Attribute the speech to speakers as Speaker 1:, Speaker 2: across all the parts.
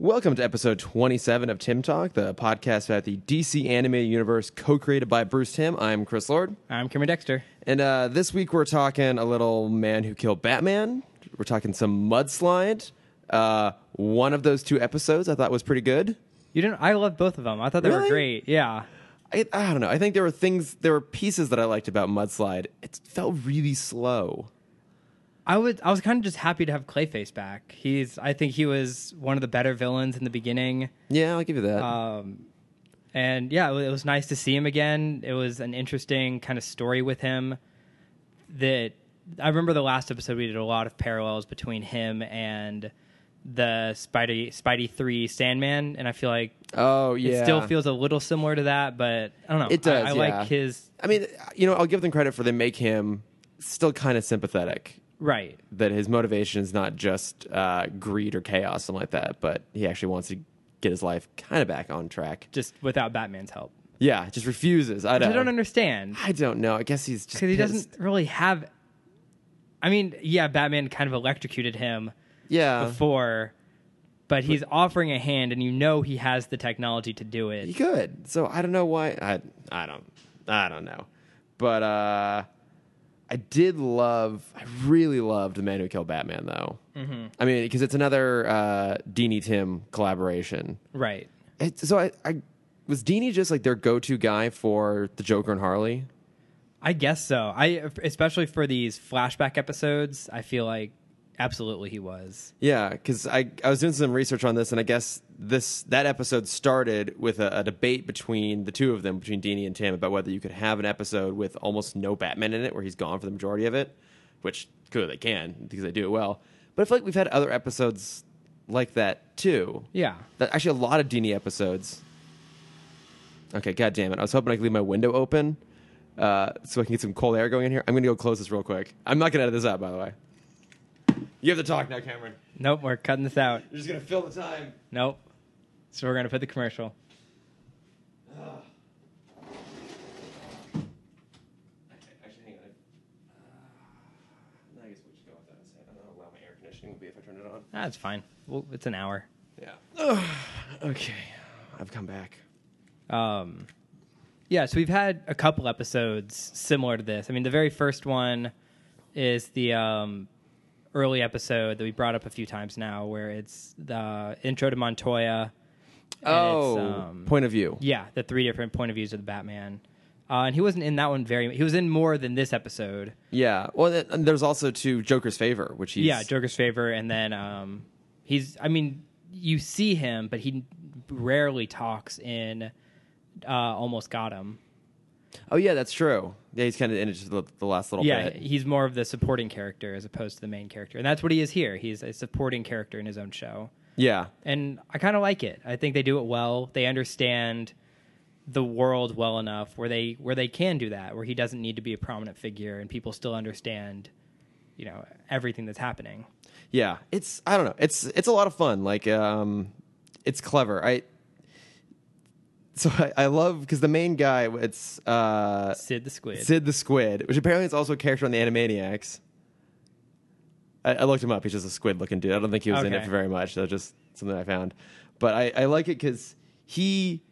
Speaker 1: Welcome to episode 27 of Tim Talk, the podcast about the DC animated universe co created by Bruce Tim. I'm Chris Lord.
Speaker 2: I'm Cameron Dexter.
Speaker 1: And uh, this week we're talking a little man who killed Batman. We're talking some mudslide. Uh, one of those two episodes I thought was pretty good.
Speaker 2: You didn't. I loved both of them. I thought they
Speaker 1: Really?
Speaker 2: were great. Yeah.
Speaker 1: I, I don't know. I think there were things, there were pieces that I liked about Mudslide. It felt really slow.
Speaker 2: I was I was kind of just happy to have Clayface back. He's I think he was one of the better villains in the beginning.
Speaker 1: Yeah, I'll give you that.
Speaker 2: Um, and yeah, it wa- it was nice to see him again. It was an interesting kind of story with him. That I remember the last episode we did a lot of parallels between him and the Spidey Spidey Three Sandman, and I feel like
Speaker 1: oh, yeah.
Speaker 2: it still feels a little similar to that. But I don't know.
Speaker 1: It does,
Speaker 2: I, I
Speaker 1: yeah.
Speaker 2: like his
Speaker 1: I mean, you know, I'll give them credit for they make him still kind of sympathetic.
Speaker 2: right.
Speaker 1: that his motivation is not just uh, greed or chaos, something like that, but he actually wants to get his life kind of back on track.
Speaker 2: just without Batman's help.
Speaker 1: Yeah, just refuses. I
Speaker 2: Which
Speaker 1: don't.
Speaker 2: I don't understand
Speaker 1: I don't know. I guess he's just
Speaker 2: because he
Speaker 1: pissed.
Speaker 2: doesn't really have. I mean, yeah, Batman kind of electrocuted him
Speaker 1: Yeah,
Speaker 2: before, but he's offering a hand, and you know he has the technology to do
Speaker 1: he
Speaker 2: it.
Speaker 1: could. So I don't know why. I I don't. I don't know. But uh, I did love. I really loved the Man Who Killed Batman, though. Mm-hmm. I mean, because it's another uh, Deanie Tim collaboration.
Speaker 2: Right.
Speaker 1: It, so I, I was Deanie just like their go-to guy for the Joker and Harley.
Speaker 2: I guess so. I especially for these flashback episodes, I feel like absolutely he was.
Speaker 1: Yeah, because I, I was doing some research on this, and I guess this that episode started with a, a debate between the two of them, between Deanie and Tim, about whether you could have an episode with almost no Batman in it, where he's gone for the majority of it, which clearly they can because they do it well. But I feel like we've had other episodes like that too.
Speaker 2: Yeah.
Speaker 1: That, actually, a lot of Deanie episodes. Okay, god damn it! I was hoping I could leave my window open uh, so I can get some cold air going in here. I'm gonna go close this real quick. I'm not gonna edit this out, by the way. You have to talk now, Cameron.
Speaker 2: Nope, we're cutting this out.
Speaker 1: You're just gonna fill the time.
Speaker 2: Nope. So we're gonna put the commercial.
Speaker 1: Actually, hang on. Uh, I guess we should go with that instead. I don't know how loud my air conditioning would be if I turned it on.
Speaker 2: That's fine. Well, it's an hour.
Speaker 1: Yeah. okay, I've come back.
Speaker 2: Um, yeah, so we've had a couple episodes similar to this. I mean, the very first one is the um, early episode that we brought up a few times now, where it's the intro to Montoya. and
Speaker 1: oh,
Speaker 2: it's, um,
Speaker 1: point of view.
Speaker 2: yeah, the three different point of views of the Batman. Uh, and he wasn't in that one very. He was in more than this episode.
Speaker 1: Yeah. Well, th- and there's also to Joker's favor, which he's
Speaker 2: Yeah, Joker's favor, and then um, he's. I mean, you see him, but he rarely talks in. Uh, almost got him.
Speaker 1: oh yeah, that's true. Yeah, he's kind of in it just the, the last little
Speaker 2: yeah,
Speaker 1: bit.
Speaker 2: he's more of the supporting character as opposed to the main character, and that's what he is here. He's a supporting character in his own show,
Speaker 1: Yeah.
Speaker 2: and I kind of like it. I think they do it well. They understand the world well enough where they where they can do that, where he doesn't need to be a prominent figure, and people still understand, you know, everything that's happening.
Speaker 1: yeah it's i don't know it's it's a lot of fun like um it's clever i so i, I love because the main guy it's uh
Speaker 2: Sid the Squid.
Speaker 1: sid the squid which apparently is also a character on the animaniacs I, I looked him up he's just a squid looking dude i don't think he was in it
Speaker 2: Okay.
Speaker 1: for very much that's just something i found but i i like it because he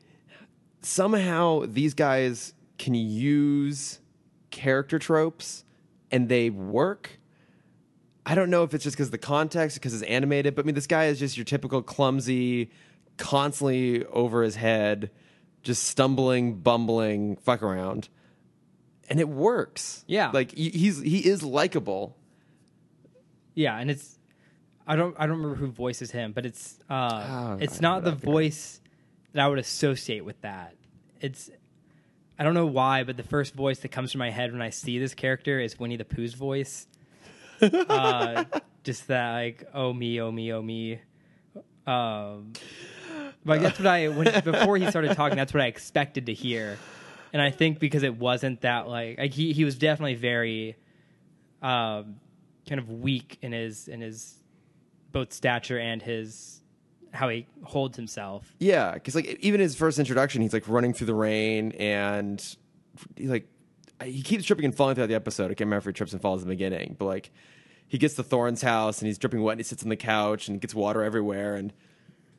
Speaker 1: somehow these guys can use character tropes and they work I don't know if it's just because the context, because it's animated, but I mean, this guy is just your typical clumsy, constantly over his head, just stumbling, bumbling, fuck around, and it works.
Speaker 2: Yeah.
Speaker 1: like he- he's he is likable.
Speaker 2: Yeah, and it's I don't I don't remember who voices him, but it's uh
Speaker 1: Oh, I
Speaker 2: it's not
Speaker 1: remember
Speaker 2: the
Speaker 1: that guy.
Speaker 2: voice that I would associate with that. It's I don't know why, but the first voice that comes to my head when I see this character is Winnie the Pooh's voice. uh, just that like oh me oh me oh me. Um, but that's what I when before he started talking, that's what I expected to hear, and I think because it wasn't that like, like he he was definitely very, um, kind of weak in his in his both stature and his how he holds himself.
Speaker 1: Yeah, because like even his first introduction, he's like running through the rain, and he like he keeps tripping and falling throughout the episode. I can't remember if he trips and falls in the beginning, but like he gets to Thorne's house and he's dripping wet, and he sits on the couch and gets water everywhere, and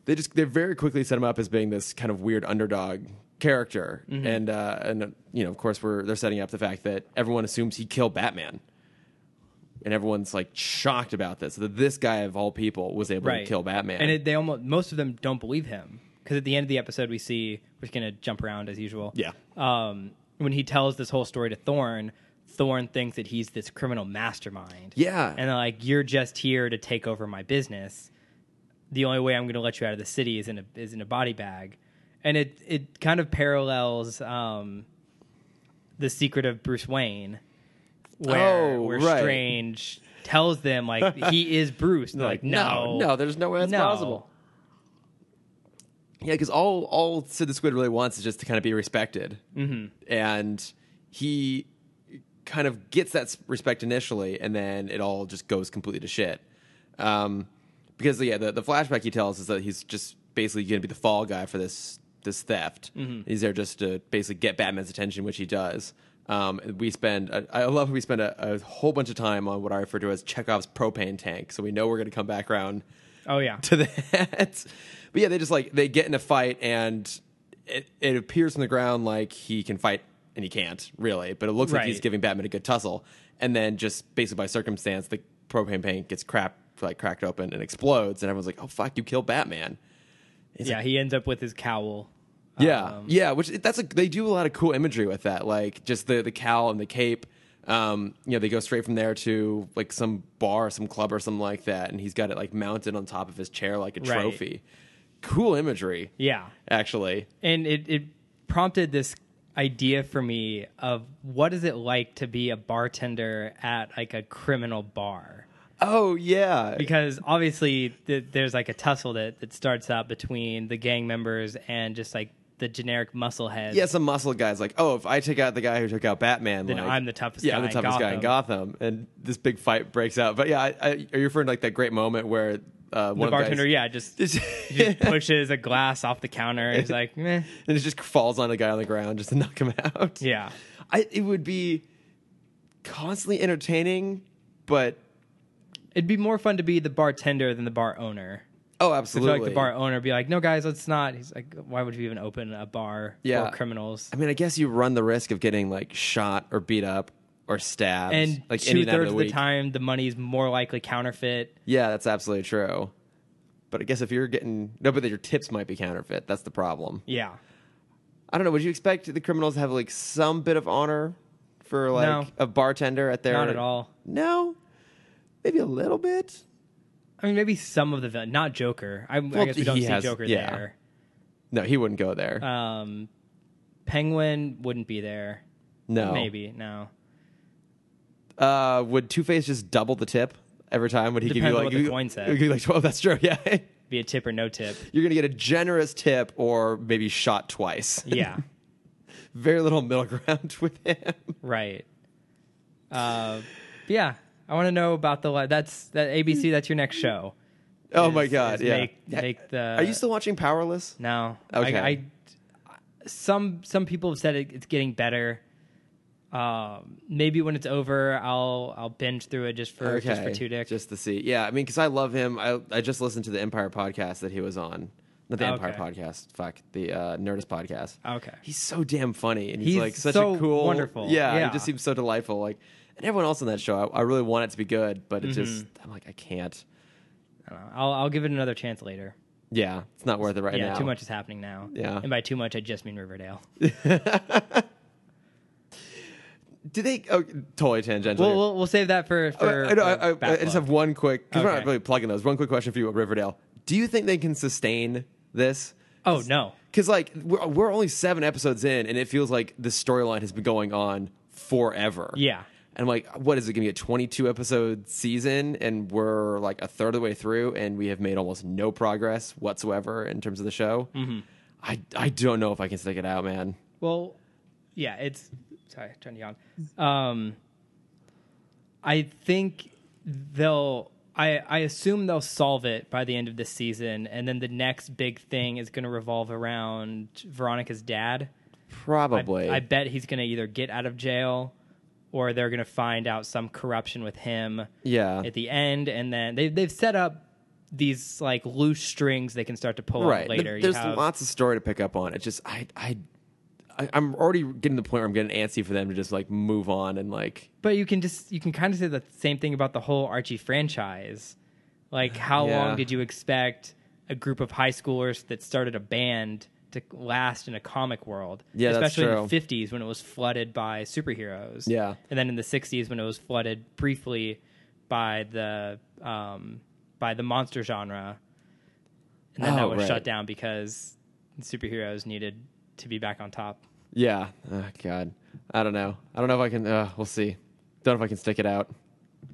Speaker 1: they just they very quickly set him up as being this kind of weird underdog character,
Speaker 2: Mm-hmm.
Speaker 1: and uh, and uh, you know of course we're they're setting up the fact that everyone assumes he killed Batman, and everyone's like shocked about this that this guy of all people was able to
Speaker 2: right.
Speaker 1: kill Batman.
Speaker 2: and it, they almost most of them don't believe him because at the end of the episode we see we're just gonna jump around as usual.
Speaker 1: yeah,
Speaker 2: Um, when he tells this whole story to Thorn, Thorn thinks that he's this criminal mastermind.
Speaker 1: yeah,
Speaker 2: and they're like, "You're just here to take over my business. The only way I'm going to let you out of the city is in a is in a body bag." And it it kind of parallels um, the secret of Bruce Wayne, where
Speaker 1: Oh,
Speaker 2: where
Speaker 1: right.
Speaker 2: Strange tells them like he is Bruce. They're like, "No,
Speaker 1: no, there's no way that's
Speaker 2: no."
Speaker 1: possible. Yeah, because all all Sid the Squid really wants is just to kind of be respected, mm-hmm. and he kind of gets that s- respect initially, and then it all just goes completely to shit. Um, because yeah, the, the flashback he tells is that he's just basically going to be the fall guy for this this theft. He's there just to basically get Batman's attention, which he does. Um, and we spend I I love we spend a, a whole bunch of time on what I refer to as Chekhov's propane tank, so we know we're going to come back around
Speaker 2: Oh yeah,
Speaker 1: to that. but yeah, they just like they get in a fight and it, it appears on the ground like he can fight and he can't really, but it looks like he's
Speaker 2: Right.
Speaker 1: giving Batman a good tussle. And then just basically by circumstance, the propane paint gets crap like cracked open and explodes, and everyone's like, "Oh fuck, you killed Batman!"
Speaker 2: yeah. He ends up with his cowl.
Speaker 1: Yeah,
Speaker 2: Um,
Speaker 1: yeah. Which that's a they do a lot of cool imagery with that, like just the the cowl and the cape. Um, you know, they go straight from there to like some bar, some club, or something like that, and he's got it like mounted on top of his chair like a
Speaker 2: Right.
Speaker 1: trophy. Cool imagery,
Speaker 2: Yeah,
Speaker 1: actually.
Speaker 2: and it, it prompted this idea for me of what is it like to be a bartender at like a criminal bar
Speaker 1: Oh yeah,
Speaker 2: because obviously th- there's like a tussle that, that starts up between the gang members and just like the generic muscleheads
Speaker 1: yeah. Some muscle guys like, oh, if I take out the guy who took out Batman,
Speaker 2: Then
Speaker 1: like,
Speaker 2: I'm the toughest
Speaker 1: Yeah, I'm
Speaker 2: guy
Speaker 1: the
Speaker 2: in
Speaker 1: toughest guy in Gotham, and this big fight breaks out. But yeah, I, I, are you referring to, like that great moment where uh,
Speaker 2: the
Speaker 1: one of
Speaker 2: bartender
Speaker 1: the guys,
Speaker 2: yeah just, just pushes a glass off the counter and he's like Meh.
Speaker 1: and it just falls on the guy on the ground just to knock him out.
Speaker 2: yeah
Speaker 1: I, it would be constantly entertaining, but
Speaker 2: it'd be more fun to be the bartender than the bar owner
Speaker 1: oh,
Speaker 2: I feel
Speaker 1: absolutely.
Speaker 2: like the bar owner be like no guys let's not he's like why would you even open a bar
Speaker 1: Yeah.
Speaker 2: for criminals
Speaker 1: I mean, I guess you run the risk of getting like shot or beat up or stabbed,
Speaker 2: and
Speaker 1: like any
Speaker 2: two
Speaker 1: night of
Speaker 2: thirds
Speaker 1: the
Speaker 2: of
Speaker 1: week.
Speaker 2: the time the money's more likely counterfeit
Speaker 1: Yeah, that's absolutely true. But I guess if you're getting no, but your tips might be counterfeit. That's the problem.
Speaker 2: yeah
Speaker 1: I don't know. Would you expect the criminals to have like some bit of honor for like
Speaker 2: No.
Speaker 1: a bartender at their?
Speaker 2: not at all
Speaker 1: No, maybe a little bit.
Speaker 2: I mean, maybe some of the villain, not Joker. I, I
Speaker 1: Well,
Speaker 2: guess we don't
Speaker 1: he
Speaker 2: see
Speaker 1: has-
Speaker 2: Joker
Speaker 1: yeah. No, he wouldn't go there.
Speaker 2: there. Um, Penguin wouldn't be there.
Speaker 1: no,
Speaker 2: Maybe no.
Speaker 1: Uh, would Two Face just double the tip every time? Would he give
Speaker 2: Depends
Speaker 1: you
Speaker 2: on
Speaker 1: like
Speaker 2: what the
Speaker 1: you-
Speaker 2: coin said.
Speaker 1: you'd be like, oh, that's true. Yeah,
Speaker 2: Be a tip or no tip.
Speaker 1: you're gonna get a generous tip or maybe shot twice.
Speaker 2: Yeah,
Speaker 1: very little middle ground with him.
Speaker 2: right. Uh, yeah. I want to know about the li- that's that ABC. That's your next show.
Speaker 1: Oh
Speaker 2: is-
Speaker 1: my god,
Speaker 2: is
Speaker 1: yeah.
Speaker 2: Make, make uh, the.
Speaker 1: Are you still watching Powerless?
Speaker 2: No.
Speaker 1: Okay.
Speaker 2: I, I, some some people have said it, it's getting better. Um, maybe when it's over, I'll I'll binge through it just for just for two dicks.
Speaker 1: Just to see. Yeah, I mean, because I love him. I I just listened to the Empire podcast that he was on. Not the
Speaker 2: Oh,
Speaker 1: Empire
Speaker 2: okay.
Speaker 1: podcast. Fuck the uh, Nerdist podcast.
Speaker 2: Okay.
Speaker 1: He's so damn funny, and he's,
Speaker 2: He's
Speaker 1: like such a
Speaker 2: so
Speaker 1: cool,
Speaker 2: wonderful.
Speaker 1: Yeah,
Speaker 2: Yeah.
Speaker 1: he just seems so delightful. Like, and everyone else on that show, I, I really want it to be good, but it
Speaker 2: Mm-hmm.
Speaker 1: just, I'm like, I can't.
Speaker 2: I don't know. I'll I'll give it another chance later.
Speaker 1: Yeah, it's not worth it right
Speaker 2: yeah,
Speaker 1: now.
Speaker 2: too much is happening now.
Speaker 1: Yeah.
Speaker 2: and by too much, I just mean Riverdale.
Speaker 1: Do they? Oh, totally tangential. Uh,
Speaker 2: we'll, we'll we'll save that for for.
Speaker 1: I, I, know, I-
Speaker 2: for
Speaker 1: I- I
Speaker 2: backlog.
Speaker 1: just have one quick because we're not
Speaker 2: Okay.
Speaker 1: really plugging those. One quick question for you, Riverdale. Do you think they can sustain this?
Speaker 2: oh no,
Speaker 1: Because like we're, we're only seven episodes in, and it feels like this storyline has been going on forever.
Speaker 2: Yeah.
Speaker 1: And I'm like, what is it going to be a 22 episode season? And we're like a third of the way through, and we have made almost no progress whatsoever in terms of the show.
Speaker 2: Mm-hmm.
Speaker 1: I I don't know if I can stick it out, man.
Speaker 2: well, yeah, it's sorry, trying to yawn. Um, I think they'll. I I assume they'll solve it by the end of this season, and then the next big thing is going to revolve around Veronica's dad. I-
Speaker 1: Probably.
Speaker 2: I, bet he's going to either get out of jail or they're going to find out some corruption with him
Speaker 1: yeah.
Speaker 2: at the end. And then they, they've set up these like loose strings they can start to pull
Speaker 1: right
Speaker 2: out later. You
Speaker 1: There's
Speaker 2: have-
Speaker 1: lots of story to pick up on. It just I I I- I'm already getting to the point where I'm getting antsy for them to just like move on and like
Speaker 2: but you can just you can kind of say the same thing about the whole Archie franchise. Like, how
Speaker 1: Yeah.
Speaker 2: long did you expect a group of high schoolers that started a band to last in a comic world?
Speaker 1: Yeah, that's
Speaker 2: especially in
Speaker 1: true.
Speaker 2: the fifties when it was flooded by superheroes.
Speaker 1: Yeah.
Speaker 2: and then in the sixties when it was flooded briefly by the um, by the monster genre, and then
Speaker 1: Oh,
Speaker 2: that was
Speaker 1: right.
Speaker 2: shut down because superheroes needed to be back on top.
Speaker 1: yeah. Oh, God, I don't know. I don't know if I can. Uh, we'll see. Don't know if I can stick it out.
Speaker 2: I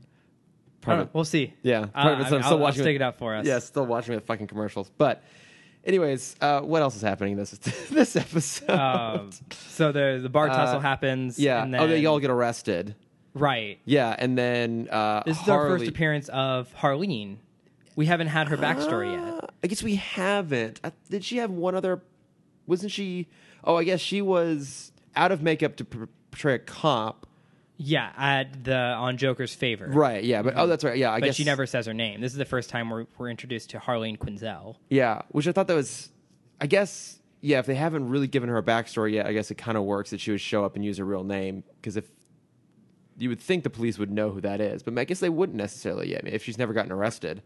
Speaker 1: Part
Speaker 2: don't
Speaker 1: of-
Speaker 2: know, we'll see.
Speaker 1: Yeah,
Speaker 2: Uh,
Speaker 1: part of it's I'm
Speaker 2: I'll-
Speaker 1: still
Speaker 2: I'll
Speaker 1: watching.
Speaker 2: stick it out for us.
Speaker 1: Yeah, still watching with fucking commercials. But, anyways, uh, what else is happening this this episode?
Speaker 2: um, so the the bar tussle happens.
Speaker 1: Uh, yeah.
Speaker 2: And then,
Speaker 1: oh, they all get arrested.
Speaker 2: right.
Speaker 1: Yeah, and then uh,
Speaker 2: This is our
Speaker 1: Harley-
Speaker 2: first appearance of Harleen. We haven't had her backstory yet.
Speaker 1: Uh, I guess we haven't. I, did she have one other? Wasn't she? Oh, I guess she was out of makeup to p- portray a cop.
Speaker 2: Yeah, at the on Joker's favor.
Speaker 1: Right. Yeah. But oh, that's right. Yeah. I
Speaker 2: But
Speaker 1: guess
Speaker 2: she never says her name. This is the first time we're we're introduced to Harleen Quinzel.
Speaker 1: Yeah, which I thought that was. I guess yeah. If they haven't really given her a backstory yet, I guess it kind of works that she would show up and use her real name because if you would think the police would know who that is, but I guess they wouldn't necessarily yet if she's never gotten arrested.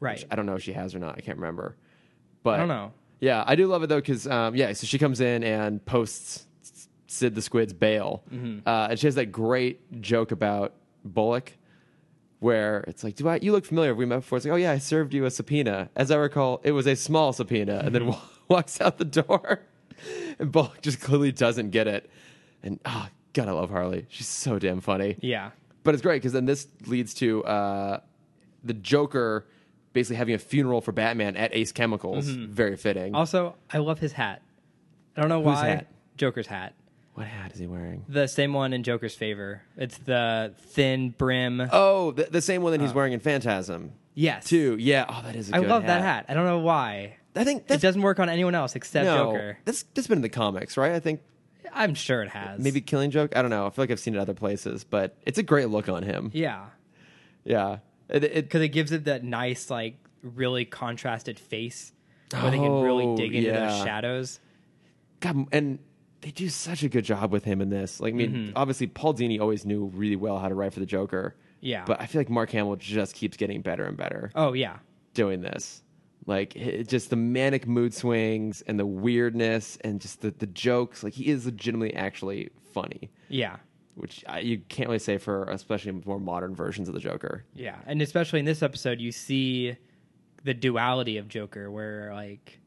Speaker 2: Right.
Speaker 1: I don't know if she has or not. I can't remember. But
Speaker 2: I don't know.
Speaker 1: Yeah, I do love it though because um, yeah, so she comes in and posts Sid the Squid's bail, uh, and she has that great joke about Bullock. Where it's like, do I? You look familiar. Have we met before? It's like, oh yeah, I served you a subpoena. As I recall, it was a small subpoena, and then wa- walks out the door. And Bullock just clearly doesn't get it. And oh god, I love Harley. She's so damn funny.
Speaker 2: Yeah.
Speaker 1: But it's great because then this leads to uh, the Joker basically having a funeral for Batman at Ace Chemicals. Very fitting.
Speaker 2: Also, I love his hat. I don't know
Speaker 1: Whose
Speaker 2: why.
Speaker 1: hat?
Speaker 2: Joker's hat.
Speaker 1: What hat is he wearing?
Speaker 2: The same one in Joker's favor. It's the thin brim.
Speaker 1: Oh, the, the same one that he's wearing in Phantasm.
Speaker 2: yes.
Speaker 1: Too. Yeah. Oh, that is. I
Speaker 2: I love that hat. I don't know why.
Speaker 1: I think
Speaker 2: It
Speaker 1: that's
Speaker 2: doesn't work on anyone else except
Speaker 1: no.
Speaker 2: Joker.
Speaker 1: That's that's been in the comics, right? I think
Speaker 2: I'm sure it has.
Speaker 1: maybe Killing Joke. I don't know. I feel like I've seen it other places, but it's a great look on him.
Speaker 2: Yeah,
Speaker 1: Yeah. It, it,
Speaker 2: because it gives it that nice, like, really contrasted face where they can really
Speaker 1: Oh,
Speaker 2: dig into those
Speaker 1: yeah.
Speaker 2: shadows.
Speaker 1: God, and they do such a good job with him in this. Like, I mean, obviously Paul Dini always knew really well how to write for the Joker.
Speaker 2: Yeah.
Speaker 1: But I feel like Mark Hamill just keeps getting better and better
Speaker 2: Oh yeah,
Speaker 1: doing this. Like it, just the manic mood swings and the weirdness and just the, the jokes. Like he is legitimately actually funny,
Speaker 2: yeah,
Speaker 1: which I, you can't really say for especially more modern versions of the Joker.
Speaker 2: yeah, and especially in this episode, you see the duality of Joker, where like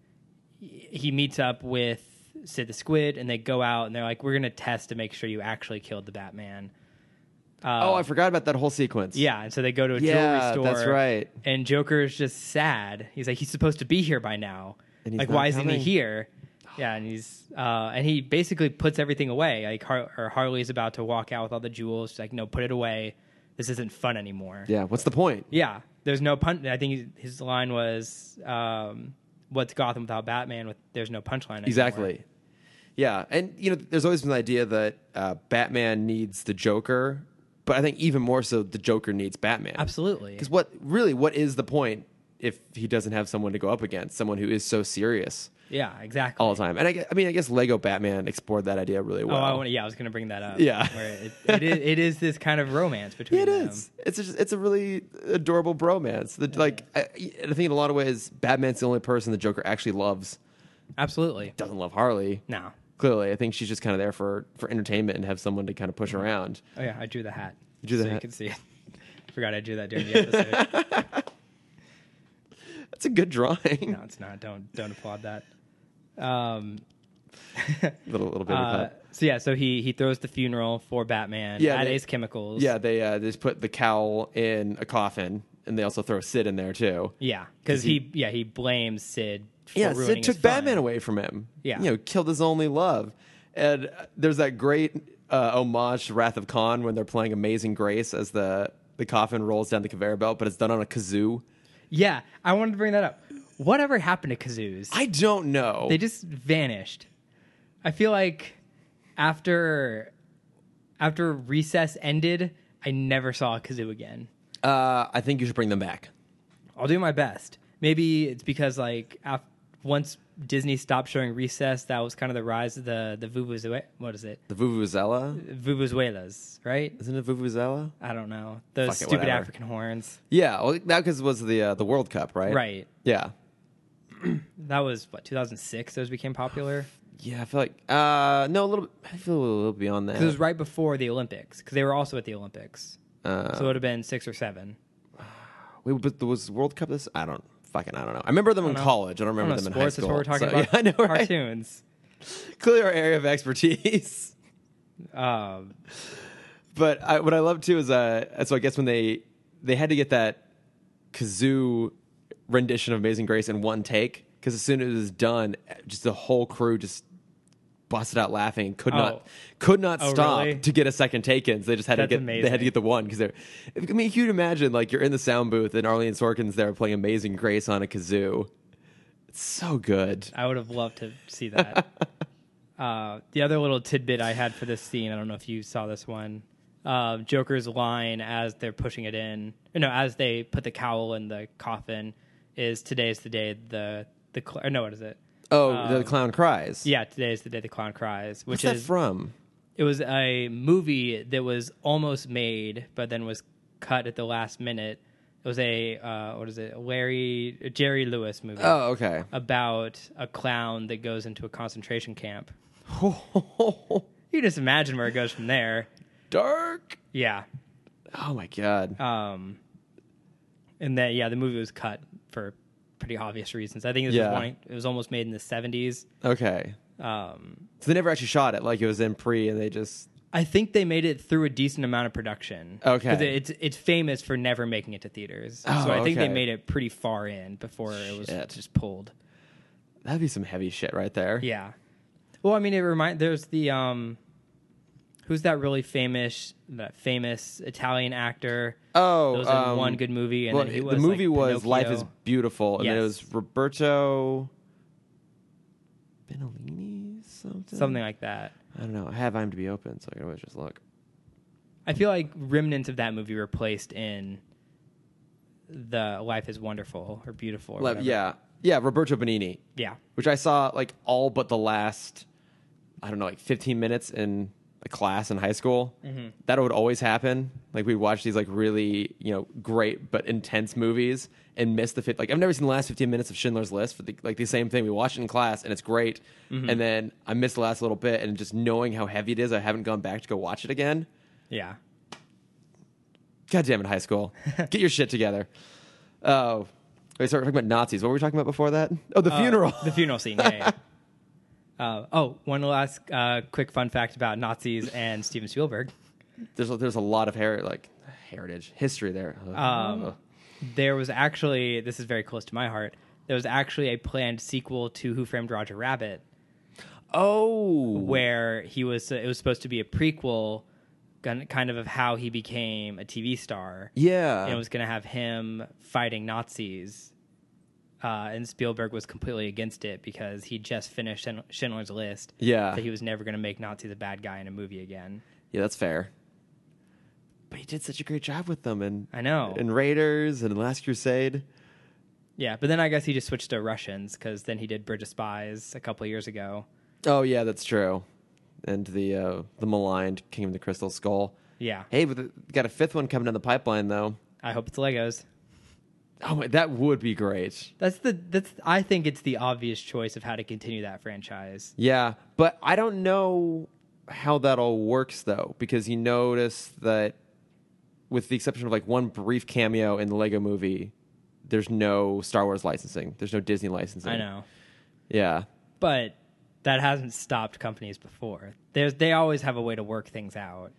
Speaker 2: y- he meets up with Sid the Squid, and they go out, and they're like, "We're gonna test to make sure you actually killed the Batman."
Speaker 1: oh, I forgot about that whole sequence.
Speaker 2: Yeah, and so they go to a
Speaker 1: Yeah,
Speaker 2: jewelry store.
Speaker 1: that's right.
Speaker 2: And Joker is just sad. He's like, he's supposed to be here by now.
Speaker 1: And he's
Speaker 2: like,
Speaker 1: not
Speaker 2: why isn't
Speaker 1: coming.
Speaker 2: he here? Yeah, and he's uh, and he basically puts everything away. Like, Har- or Harley's about to walk out with all the jewels. She's like, no, put it away. This isn't fun anymore.
Speaker 1: Yeah. What's the point?
Speaker 2: Yeah, there's no punch. I think his his line was, um, "What's Gotham without Batman?" With there's no punchline. anymore."
Speaker 1: Exactly. Yeah, and you know, there's always been the idea that uh, Batman needs the Joker, but I think even more so, the Joker needs Batman.
Speaker 2: Absolutely.
Speaker 1: Because what really, what is the point if he doesn't have someone to go up against, someone who is so serious
Speaker 2: Yeah. Exactly.
Speaker 1: all the time? And I, gue- I mean, I guess Lego Batman explored that idea really
Speaker 2: Oh,
Speaker 1: well.
Speaker 2: I want. Yeah, I was gonna bring that up.
Speaker 1: Yeah.
Speaker 2: where it, it, is, it is this kind of romance between
Speaker 1: It
Speaker 2: them.
Speaker 1: is. It's just, it's a really adorable bromance. The, Like I, I think in a lot of ways, Batman's the only person the Joker actually loves.
Speaker 2: Absolutely.
Speaker 1: Doesn't love Harley.
Speaker 2: No.
Speaker 1: Clearly, I think she's just kind of there for for entertainment and have someone to kind of push around.
Speaker 2: Oh yeah, I drew the hat.
Speaker 1: You drew the
Speaker 2: so you
Speaker 1: hat.
Speaker 2: can see it. Forgot I drew that during the episode.
Speaker 1: That's a good drawing.
Speaker 2: no, it's not. Don't don't applaud that. Um,
Speaker 1: little little baby
Speaker 2: uh,
Speaker 1: pup.
Speaker 2: so yeah, so he he throws the funeral for Batman
Speaker 1: Yeah,
Speaker 2: at
Speaker 1: they-
Speaker 2: Ace Chemicals.
Speaker 1: Yeah, they uh, they just put the cowl in a coffin, and they also throw Sid in there too.
Speaker 2: yeah, because he, yeah he blames Sid. For
Speaker 1: Yeah,
Speaker 2: ruining
Speaker 1: Sid
Speaker 2: his
Speaker 1: took
Speaker 2: fun.
Speaker 1: Batman away from him.
Speaker 2: Yeah.
Speaker 1: you know, killed his only love. And uh, there's that great uh, homage to Wrath of Khan when they're playing Amazing Grace as the the coffin rolls down the conveyor belt, but it's done on a kazoo.
Speaker 2: Yeah, I wanted to bring that up. Whatever happened to kazoos?
Speaker 1: I don't know.
Speaker 2: they just vanished. I feel like after after recess ended, I never saw a kazoo again.
Speaker 1: uh, I think you should bring them back.
Speaker 2: I'll do my best. Maybe it's because like af once Disney stopped showing Recess, that was kind of the rise of the the vuvuzela. What is it?
Speaker 1: The vuvuzela,
Speaker 2: Vuvuzelas, right?
Speaker 1: isn't it vuvuzela?
Speaker 2: I don't know those
Speaker 1: Fuck it,
Speaker 2: stupid
Speaker 1: whatever.
Speaker 2: African horns.
Speaker 1: Yeah, well, that because was the uh, the World Cup, right?
Speaker 2: Right.
Speaker 1: Yeah,
Speaker 2: That was what 2006. Those became popular.
Speaker 1: yeah. I feel like uh, no, a little. I feel a little beyond that.
Speaker 2: Because it was right before the Olympics. Because they were also at the Olympics.
Speaker 1: Uh,
Speaker 2: so it would have been six or seven.
Speaker 1: Wait, but there was World Cup this? I don't fucking. I don't know. I remember them in
Speaker 2: know.
Speaker 1: college. I don't remember
Speaker 2: I don't
Speaker 1: them
Speaker 2: know, sports
Speaker 1: in
Speaker 2: is
Speaker 1: high
Speaker 2: what
Speaker 1: school.
Speaker 2: we're talking
Speaker 1: So,
Speaker 2: about.
Speaker 1: yeah, I know, right?
Speaker 2: Cartoons.
Speaker 1: Clearly, our area of expertise.
Speaker 2: Um,
Speaker 1: But I, what I love too is uh, so I guess when they they had to get that kazoo rendition of Amazing Grace in one take because as soon as it was done, just the whole crew just busted out laughing and could
Speaker 2: Oh.
Speaker 1: not could not
Speaker 2: Oh,
Speaker 1: stop
Speaker 2: really?
Speaker 1: to get a second take in. So they just had
Speaker 2: That's
Speaker 1: to get they had to
Speaker 2: amazing.
Speaker 1: get the one because they're. I mean, you'd imagine like you're in the sound booth and Arlene Sorkin's there playing Amazing Grace on a kazoo. It's so good.
Speaker 2: I would have loved to see that. uh, the other little tidbit I had for this scene, I don't know if you saw this one. Uh, Joker's line as they're pushing it in, no, as they put the cowl in the coffin, is "Today's the day the the cl- or no, what is it?
Speaker 1: Oh, the
Speaker 2: Um,
Speaker 1: clown cries.
Speaker 2: Yeah, today is the day the clown cries,
Speaker 1: What's
Speaker 2: which
Speaker 1: that
Speaker 2: is
Speaker 1: from?
Speaker 2: it was a movie that was almost made but then was cut at the last minute it was a uh, what is it larry a jerry lewis movie
Speaker 1: Oh, okay.
Speaker 2: about a clown that goes into a concentration camp you just imagine where it goes from there
Speaker 1: Dark.
Speaker 2: yeah
Speaker 1: Oh my god.
Speaker 2: um and that yeah the movie was cut for pretty obvious reasons i think this
Speaker 1: Yeah.
Speaker 2: was one, it was almost made in the 70s
Speaker 1: Okay.
Speaker 2: um
Speaker 1: So they never actually shot it. Like it was in pre, and they just
Speaker 2: I think they made it through a decent amount of production.
Speaker 1: Okay.
Speaker 2: 'Cause it's it's famous for never making it to theaters. so
Speaker 1: Oh,
Speaker 2: I think
Speaker 1: okay.
Speaker 2: they made it pretty far in before it was
Speaker 1: Shit.
Speaker 2: just pulled.
Speaker 1: that'd be some heavy shit right there.
Speaker 2: Yeah. Well, I mean, it remind there's the um, who's that really famous that famous Italian actor?
Speaker 1: Oh,
Speaker 2: that was in
Speaker 1: um,
Speaker 2: one good movie, and
Speaker 1: well,
Speaker 2: then he
Speaker 1: the
Speaker 2: was
Speaker 1: movie
Speaker 2: like,
Speaker 1: was Life is
Speaker 2: Pinocchio.
Speaker 1: Beautiful, and then it
Speaker 2: Yes.
Speaker 1: was Roberto Benellini something.
Speaker 2: something like that.
Speaker 1: I don't know. I have IMDb open, so I can always just look.
Speaker 2: I feel like remnants of that movie were placed in the Life is Wonderful or Beautiful. Or
Speaker 1: Le-
Speaker 2: whatever.
Speaker 1: yeah, yeah, Roberto Benini,
Speaker 2: yeah.
Speaker 1: which I saw like all but the last, I don't know, like 15 minutes in a class in high school.
Speaker 2: Mm-hmm.
Speaker 1: That would always happen. Like we'd watch these like really you know great but intense movies and miss the fif- like I've never seen the last 15 minutes of Schindler's List, but the, like the same thing we watch it in class and it's great,
Speaker 2: Mm-hmm.
Speaker 1: and then I miss the last little bit and just knowing how heavy it is, I haven't gone back to go watch it again.
Speaker 2: Yeah.
Speaker 1: God damn it, high school, get your shit together. Oh. Wait, sorry, we're talking about Nazis. What were we talking about before that? Oh, the
Speaker 2: Uh,
Speaker 1: funeral.
Speaker 2: The funeral scene. Yeah. yeah. uh, oh, one last uh, quick fun fact about Nazis and Steven Spielberg.
Speaker 1: there's a, there's a lot of heri- like heritage history there. Uh-huh. Ugh.
Speaker 2: Um, there was actually this is very close to my heart. There was actually a planned sequel to Who Framed Roger Rabbit,
Speaker 1: oh,
Speaker 2: where he was. It was supposed to be a prequel, kin- kind of of how he became a TV star.
Speaker 1: yeah,
Speaker 2: And it was going to have him fighting Nazis. Uh, and Spielberg was completely against it because he just finished Schind- Schindler's List.
Speaker 1: Yeah.
Speaker 2: So he was never going to make Nazi the bad guy in a movie again.
Speaker 1: yeah. That's fair. But he did such a great job with them, and
Speaker 2: I know.
Speaker 1: and Raiders and Last Crusade.
Speaker 2: yeah. But then I guess he just switched to Russians because then he did Bridge of Spies a couple of years ago.
Speaker 1: Oh yeah, that's true. And the uh, the maligned King of the Crystal Skull.
Speaker 2: Yeah.
Speaker 1: Hey, but the, got a fifth one coming down the pipeline though.
Speaker 2: I hope it's Legos.
Speaker 1: Oh, my, that would be great.
Speaker 2: That's the, that's, I think it's the obvious choice of how to continue that franchise.
Speaker 1: Yeah, but I don't know how that all works though, because you notice that, with the exception of like one brief cameo in the Lego Movie, there's no Star Wars licensing. There's no Disney licensing.
Speaker 2: I know.
Speaker 1: Yeah,
Speaker 2: But that hasn't stopped companies before. There's, they always have a way to work things out.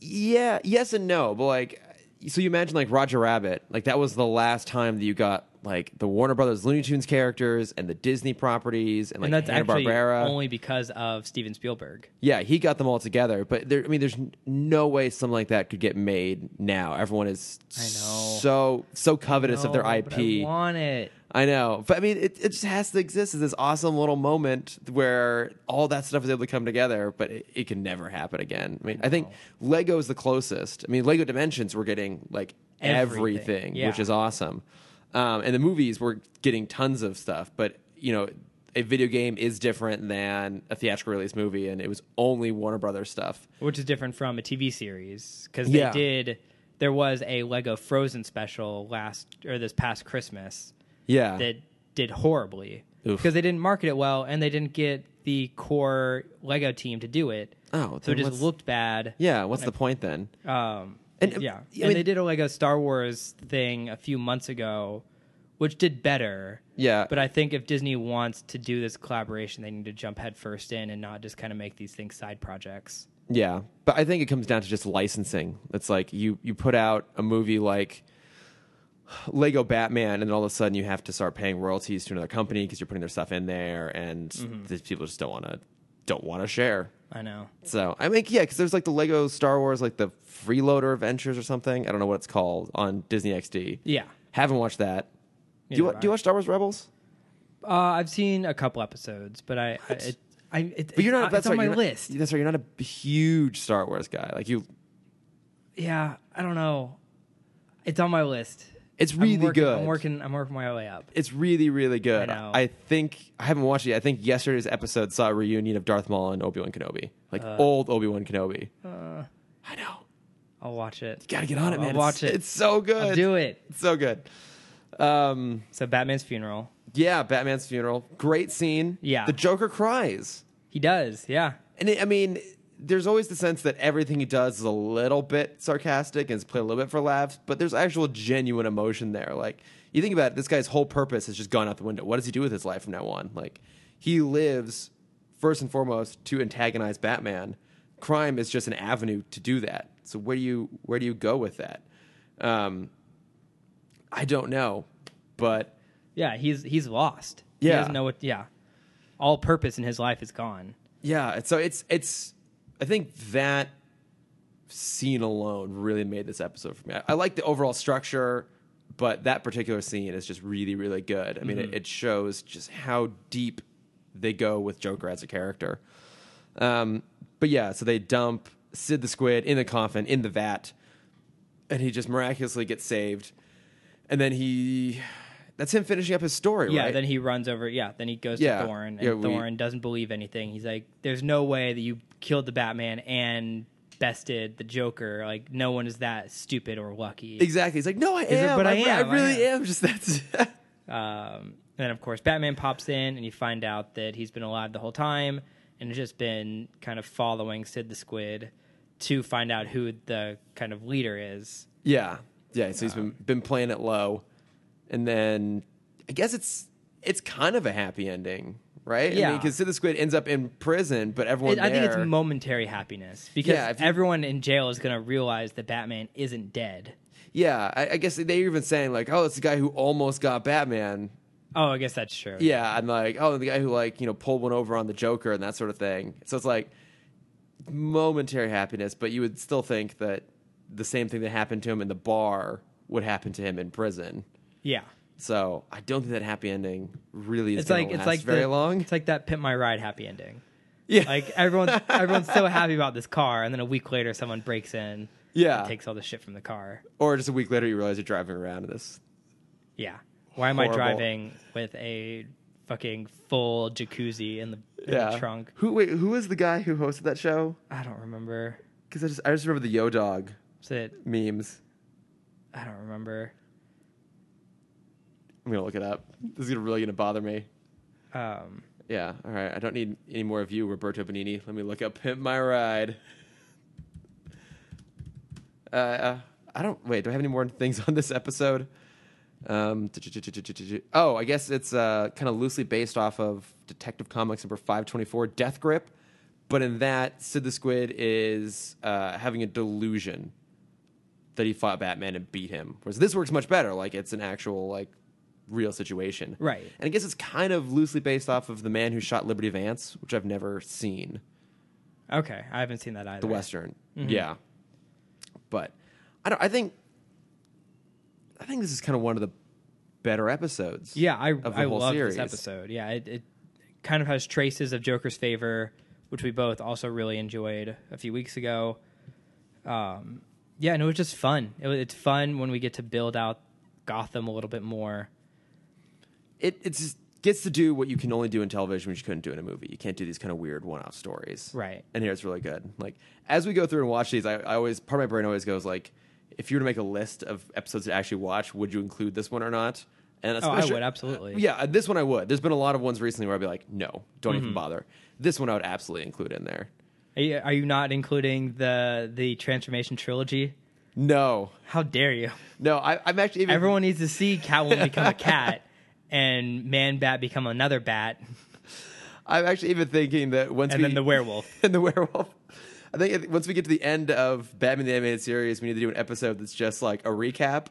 Speaker 1: yeah, yes and no, but like, so you imagine like Roger Rabbit, like that was the last time that you got like the Warner Brothers Looney Tunes characters and the Disney properties and like
Speaker 2: and that's
Speaker 1: Hanna
Speaker 2: actually
Speaker 1: Barbera.
Speaker 2: only because of Steven Spielberg.
Speaker 1: Yeah, he got them all together, but there, I mean, there's n- no way something like that could get made now. Everyone is
Speaker 2: I know.
Speaker 1: so so covetous of their
Speaker 2: No, Oh, but
Speaker 1: IP.
Speaker 2: I want it.
Speaker 1: I know, but I mean, it, it just has to exist as this awesome little moment where all that stuff is able to come together, but it, it can never happen again. I mean, I, think Lego is the closest. I mean, Lego Dimensions, we're getting like everything,
Speaker 2: Everything, yeah.
Speaker 1: which is awesome. Um, and the movies were getting tons of stuff, but you know, a video game is different than a theatrical release movie, and it was only Warner Brothers stuff.
Speaker 2: which is different from a TV series because
Speaker 1: Yeah.
Speaker 2: they did. There was a Lego Frozen special last or this past Christmas
Speaker 1: Yeah,
Speaker 2: that did horribly
Speaker 1: Oof.
Speaker 2: because they didn't market it well and they didn't get the core Lego team to do it.
Speaker 1: Oh,
Speaker 2: so
Speaker 1: then
Speaker 2: it just
Speaker 1: what's-
Speaker 2: looked bad.
Speaker 1: yeah. What's the point then?
Speaker 2: Um,
Speaker 1: And, uh,
Speaker 2: yeah,
Speaker 1: I
Speaker 2: and
Speaker 1: mean-
Speaker 2: they did a Lego Star Wars thing a few months ago, which did better.
Speaker 1: Yeah.
Speaker 2: but I think if Disney wants to do this collaboration, they need to jump headfirst in and not just kind of make these things side projects.
Speaker 1: Yeah, but I think it comes down to just licensing. It's like you you put out a movie like Lego Batman, and then all of a sudden you have to start paying royalties to another company because you're putting their stuff in there, and
Speaker 2: Mm-hmm.
Speaker 1: these people just don't want to don't want to share.
Speaker 2: I know.
Speaker 1: So I mean, yeah, because there's like the Lego Star Wars, like the Freeloader Adventures or something. I don't know what it's called on Disney XD.
Speaker 2: Yeah.
Speaker 1: haven't watched that. Do you,
Speaker 2: Neither
Speaker 1: wa-
Speaker 2: have
Speaker 1: do you
Speaker 2: I.
Speaker 1: watch Star Wars Rebels?
Speaker 2: Uh, I've seen a couple episodes, but I, I, it, I it,
Speaker 1: But you're not.
Speaker 2: It's,
Speaker 1: that's
Speaker 2: on
Speaker 1: right,
Speaker 2: my
Speaker 1: you're not-
Speaker 2: list.
Speaker 1: that's right. You're not a huge Star Wars guy. Like you,
Speaker 2: yeah, I don't know. It's on my list.
Speaker 1: it's
Speaker 2: I'm
Speaker 1: really
Speaker 2: working-
Speaker 1: good.
Speaker 2: I'm working. I'm working my way up.
Speaker 1: It's really, really good.
Speaker 2: I know.
Speaker 1: I, think I haven't watched it. Yet. I think yesterday's episode saw a reunion of Darth Maul and Obi Wan Kenobi, like
Speaker 2: Uh.
Speaker 1: old Obi Wan Kenobi. I know.
Speaker 2: I'll watch it.
Speaker 1: Gotta get on it,
Speaker 2: Uh. I'll
Speaker 1: man. It's-
Speaker 2: watch it.
Speaker 1: It's so good.
Speaker 2: I'll do it.
Speaker 1: It's so good. Um,
Speaker 2: So Batman's funeral.
Speaker 1: yeah, Batman's funeral. Great scene.
Speaker 2: Yeah.
Speaker 1: The Joker cries,
Speaker 2: He does. Yeah.
Speaker 1: and it, I mean, there's always the sense that everything he does is a little bit sarcastic and is played a little bit for laughs, but there's actual genuine emotion there. Like you think about it, this guy's whole purpose has just gone out the window. What does he do with his life from now on? Like he lives first and foremost to antagonize Batman. Crime is just an avenue to do that. So where do you where do you go with that? Um, I don't know, but
Speaker 2: Yeah. He's he's lost. He
Speaker 1: Yeah.
Speaker 2: doesn't know what. Yeah. All purpose in his life is gone.
Speaker 1: Yeah, it's- so it's it's I think that scene alone really made this episode for me. I, I like the overall structure, but that particular scene is just really really good. I mean, it,
Speaker 2: Mm-hmm.
Speaker 1: it shows just how deep they go with Joker as a character. Um, but yeah, so they dump Sid the Squid in the coffin in the vat, and he just miraculously gets saved, and then he. That's him finishing up his story,
Speaker 2: Yeah.
Speaker 1: right?
Speaker 2: Then he runs over. Yeah. Then he goes
Speaker 1: Yeah.
Speaker 2: to Thorn, and
Speaker 1: Yeah, we-
Speaker 2: Thorn doesn't believe anything. He's like, "There's no way that you killed the Batman and." Bested the Joker. Like no one is that stupid or lucky.
Speaker 1: exactly. He's like, "No, I
Speaker 2: like,
Speaker 1: am,
Speaker 2: "But I
Speaker 1: I,
Speaker 2: am,
Speaker 1: I
Speaker 2: I
Speaker 1: really
Speaker 2: am."
Speaker 1: am." Just that's.
Speaker 2: Um, and of course, Batman pops in, and you find out that he's been alive the whole time and has just been kind of following Sid the Squid to find out who the kind of leader is.
Speaker 1: Yeah, yeah. So he's been been playing it low, and then I guess it's it's kind of a happy ending, right? I
Speaker 2: Yeah.
Speaker 1: because Sid the Squid ends up in prison, but everyone
Speaker 2: It- I think it's
Speaker 1: there-
Speaker 2: momentary happiness because
Speaker 1: Yeah, if you-
Speaker 2: everyone in jail is going to realize that Batman isn't dead.
Speaker 1: yeah. I, I guess they're even saying like, oh, it's the guy who almost got Batman.
Speaker 2: Oh, I guess that's true.
Speaker 1: Yeah, and like, oh, the guy who like you know pulled one over on the Joker and that sort of thing. So it's like momentary happiness, but you would still think that the same thing that happened to him in the bar would happen to him in prison.
Speaker 2: yeah.
Speaker 1: So I don't think that happy ending really is
Speaker 2: It's like
Speaker 1: gonna
Speaker 2: it's
Speaker 1: last
Speaker 2: like
Speaker 1: very
Speaker 2: the-
Speaker 1: long.
Speaker 2: It's like that pit my ride happy ending.
Speaker 1: Yeah,
Speaker 2: Like everyone's everyone's so happy about this car, and then a week later, someone breaks in,
Speaker 1: Yeah.
Speaker 2: and takes all the shit from the car.
Speaker 1: or just a week later, you realize you're driving around in this.
Speaker 2: Yeah. Why am I
Speaker 1: Horrible.
Speaker 2: driving with a fucking full jacuzzi in the, in the trunk?
Speaker 1: Who wait? Who was the guy who hosted that show?
Speaker 2: I don't remember.
Speaker 1: Because I just I just remember the Yo Dog
Speaker 2: Is it?
Speaker 1: memes.
Speaker 2: I don't remember.
Speaker 1: I'm gonna look it up. This is gonna really gonna bother me.
Speaker 2: Um,
Speaker 1: Yeah. All right. I don't need any more of you, Roberto Benini. Let me look up "Pimp My Ride." Uh, uh, I don't. Wait. Do I have any more things on this episode? Um, oh, I guess it's uh, kind of loosely based off of Detective Comics number five twenty four, Death Grip. But in that, Sid the Squid is uh, having a delusion that he fought Batman and beat him. Whereas this works much better. Like it's an actual like real situation.
Speaker 2: Right.
Speaker 1: And I guess it's kind of loosely based off of the man who shot Liberty Vance, which I've never seen.
Speaker 2: okay, I haven't seen that either.
Speaker 1: The Western.
Speaker 2: Mm-hmm.
Speaker 1: Yeah. But I don't I think I think this is kind of one of the better episodes.
Speaker 2: Yeah, I
Speaker 1: the
Speaker 2: I
Speaker 1: whole
Speaker 2: love
Speaker 1: series.
Speaker 2: this episode. Yeah, it, it kind of has traces of Joker's favor, which we both also really enjoyed a few weeks ago. Um, yeah, and it was just fun. It, was- it's fun when we get to build out Gotham a little bit more.
Speaker 1: It it just gets to do what you can only do in television, which you couldn't do in a movie. You can't do these kind of weird one-off stories,
Speaker 2: Right.
Speaker 1: And here it's really good. Like as we go through and watch these, I, I always part of my brain always goes like, if you were to make a list of episodes to actually watch, would you include this one or not? And
Speaker 2: Oh, I
Speaker 1: especially-
Speaker 2: would absolutely.
Speaker 1: Yeah, uh, this one I would. There's been a lot of ones recently where I'd be like, no, don't
Speaker 2: Mm-hmm.
Speaker 1: even bother. This one I would absolutely include in there.
Speaker 2: Are you, are you not including the the transformation trilogy?
Speaker 1: No,
Speaker 2: How dare you?
Speaker 1: no, I, I'm actually even,
Speaker 2: Everyone needs to see Catwoman become a cat and Man Bat become another bat,
Speaker 1: I'm actually even thinking that once
Speaker 2: and
Speaker 1: we,
Speaker 2: then the werewolf.
Speaker 1: and the werewolf. I think it- once we get to the end of Batman the Animated Series, we need to do an episode that's just like a recap.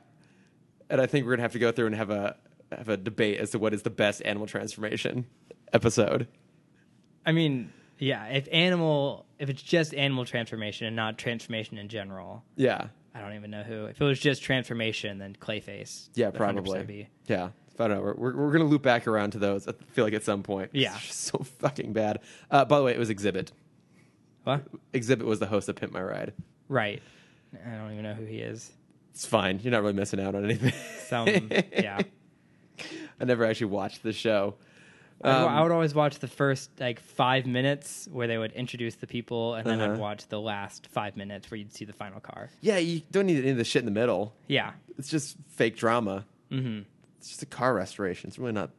Speaker 1: And I think we're gonna have to go through and have a have a debate as to what is the best animal transformation episode.
Speaker 2: I mean, yeah, if animal, if it's just animal transformation and not transformation in general,
Speaker 1: Yeah,
Speaker 2: I don't even know who. If it was just transformation, then Clayface.
Speaker 1: yeah,
Speaker 2: would 100%
Speaker 1: probably.
Speaker 2: be.
Speaker 1: Yeah, I don't know. We're, we're, we're gonna loop back around to those. I feel like at some point.
Speaker 2: Yeah.
Speaker 1: It's just so fucking bad. Uh, by the way, it was Exhibit.
Speaker 2: What?
Speaker 1: Exhibit was the host of Pimp My Ride.
Speaker 2: Right. I don't even know who he is.
Speaker 1: It's fine. You're not really missing out on anything.
Speaker 2: Some, yeah.
Speaker 1: I never actually watched the show.
Speaker 2: I w-
Speaker 1: Um,
Speaker 2: I would always watch the first like five minutes where they would introduce the people, and then
Speaker 1: Uh-huh.
Speaker 2: I'd watch the last five minutes where you'd see the final car.
Speaker 1: Yeah, you don't need any of the shit in the middle.
Speaker 2: Yeah.
Speaker 1: It's just fake drama.
Speaker 2: hmm
Speaker 1: It's just a car restoration. It's really not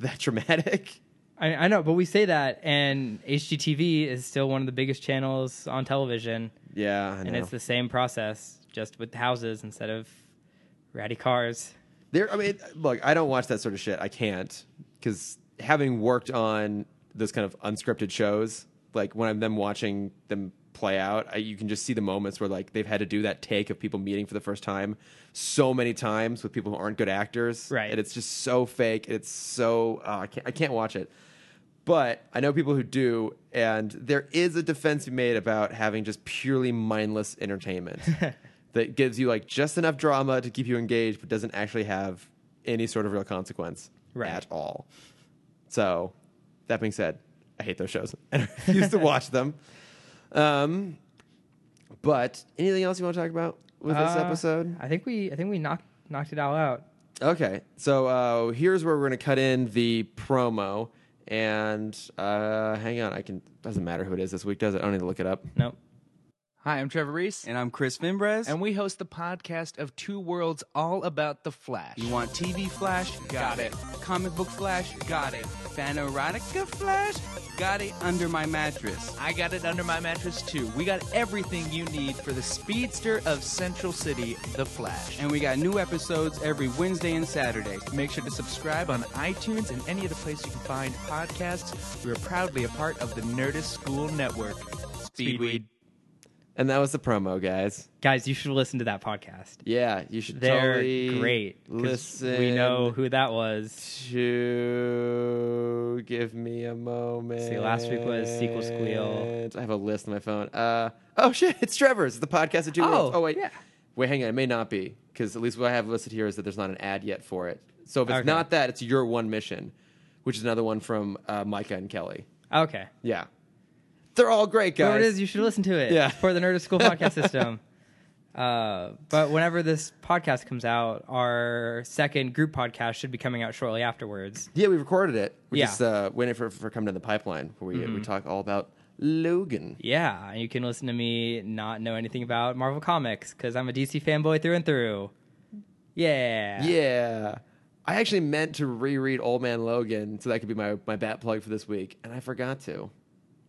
Speaker 1: that dramatic.
Speaker 2: I, I know, but we say that, and HGTV is still one of the biggest channels on television,
Speaker 1: Yeah, I know.
Speaker 2: and it's the same process, just with houses instead of ratty cars.
Speaker 1: there. I mean, look, I don't watch that sort of shit. I can't because having worked on those kind of unscripted shows, like when I'm them watching them play out, I, you can just see the moments where like they've had to do that take of people meeting for the first time so many times with people who aren't good actors,
Speaker 2: Right.
Speaker 1: And it's just so fake. And it's so oh, I can't I can't watch it. But I know people who do, and there is a defense to be made about having just purely mindless entertainment that gives you like just enough drama to keep you engaged, but doesn't actually have any sort of real consequence
Speaker 2: Right.
Speaker 1: at all. So, that being said, I hate those shows and I refuse to watch them. Um, but anything else you want to talk about with this
Speaker 2: Uh,
Speaker 1: episode?
Speaker 2: I think we, I think we knocked knocked it all out.
Speaker 1: Okay, so uh, here's where we're gonna cut in the promo, and uh, hang on, I can. Doesn't matter who it is this week, does it? I don't need to look it up.
Speaker 2: Nope.
Speaker 3: Hi, I'm Trevor Reese,
Speaker 4: And I'm Chris Fimbres.
Speaker 3: and we host the podcast of Two Worlds all about The Flash.
Speaker 4: you want TV Flash? Got it. Comic book Flash? Got it. Fan erotica Flash? Got it under my mattress.
Speaker 3: I got it under my mattress too. We got everything you need for the speedster of Central City, The Flash. And
Speaker 4: And we got new episodes every Wednesday and Saturday.
Speaker 3: make sure to subscribe on iTunes and any other place you can find podcasts. We are proudly a part of the Nerdist School Network. Speedweed.
Speaker 1: And that was the promo, guys.
Speaker 2: Guys, you should listen to that podcast.
Speaker 1: Yeah, you should.
Speaker 2: They're
Speaker 1: totally
Speaker 2: great. 'cause
Speaker 1: Listen.
Speaker 2: We know who that was.
Speaker 1: to give me a moment.
Speaker 2: See, last week was Sequel Squeal.
Speaker 1: I have a list on my phone. Uh oh shit, it's Trevor's. The podcast of two
Speaker 2: Oh,
Speaker 1: worlds. Oh wait,
Speaker 2: yeah.
Speaker 1: wait, hang on. It may not be because at least what I have listed here is that there's not an ad yet for it. So if it's
Speaker 2: Okay.
Speaker 1: not that, it's your one mission, which is another one from uh, Micah and Kelly.
Speaker 2: Okay.
Speaker 1: Yeah, they're all great guys.
Speaker 2: Whatever it is, you should listen to it.
Speaker 1: Yeah.
Speaker 2: For the Nerdist School podcast system. Uh, but whenever this podcast comes out, our second group podcast should be coming out shortly afterwards.
Speaker 1: Yeah, we recorded it. We
Speaker 2: Yeah. Mm-hmm.
Speaker 1: just uh, waiting for for coming down the pipeline where we we talk all about Logan.
Speaker 2: Yeah, and you can listen to me not know anything about Marvel Comics because I'm a DC fanboy through and through. Yeah.
Speaker 1: Yeah. I actually meant to reread Old Man Logan, so that could be my, my bat plug for this week, and I forgot to.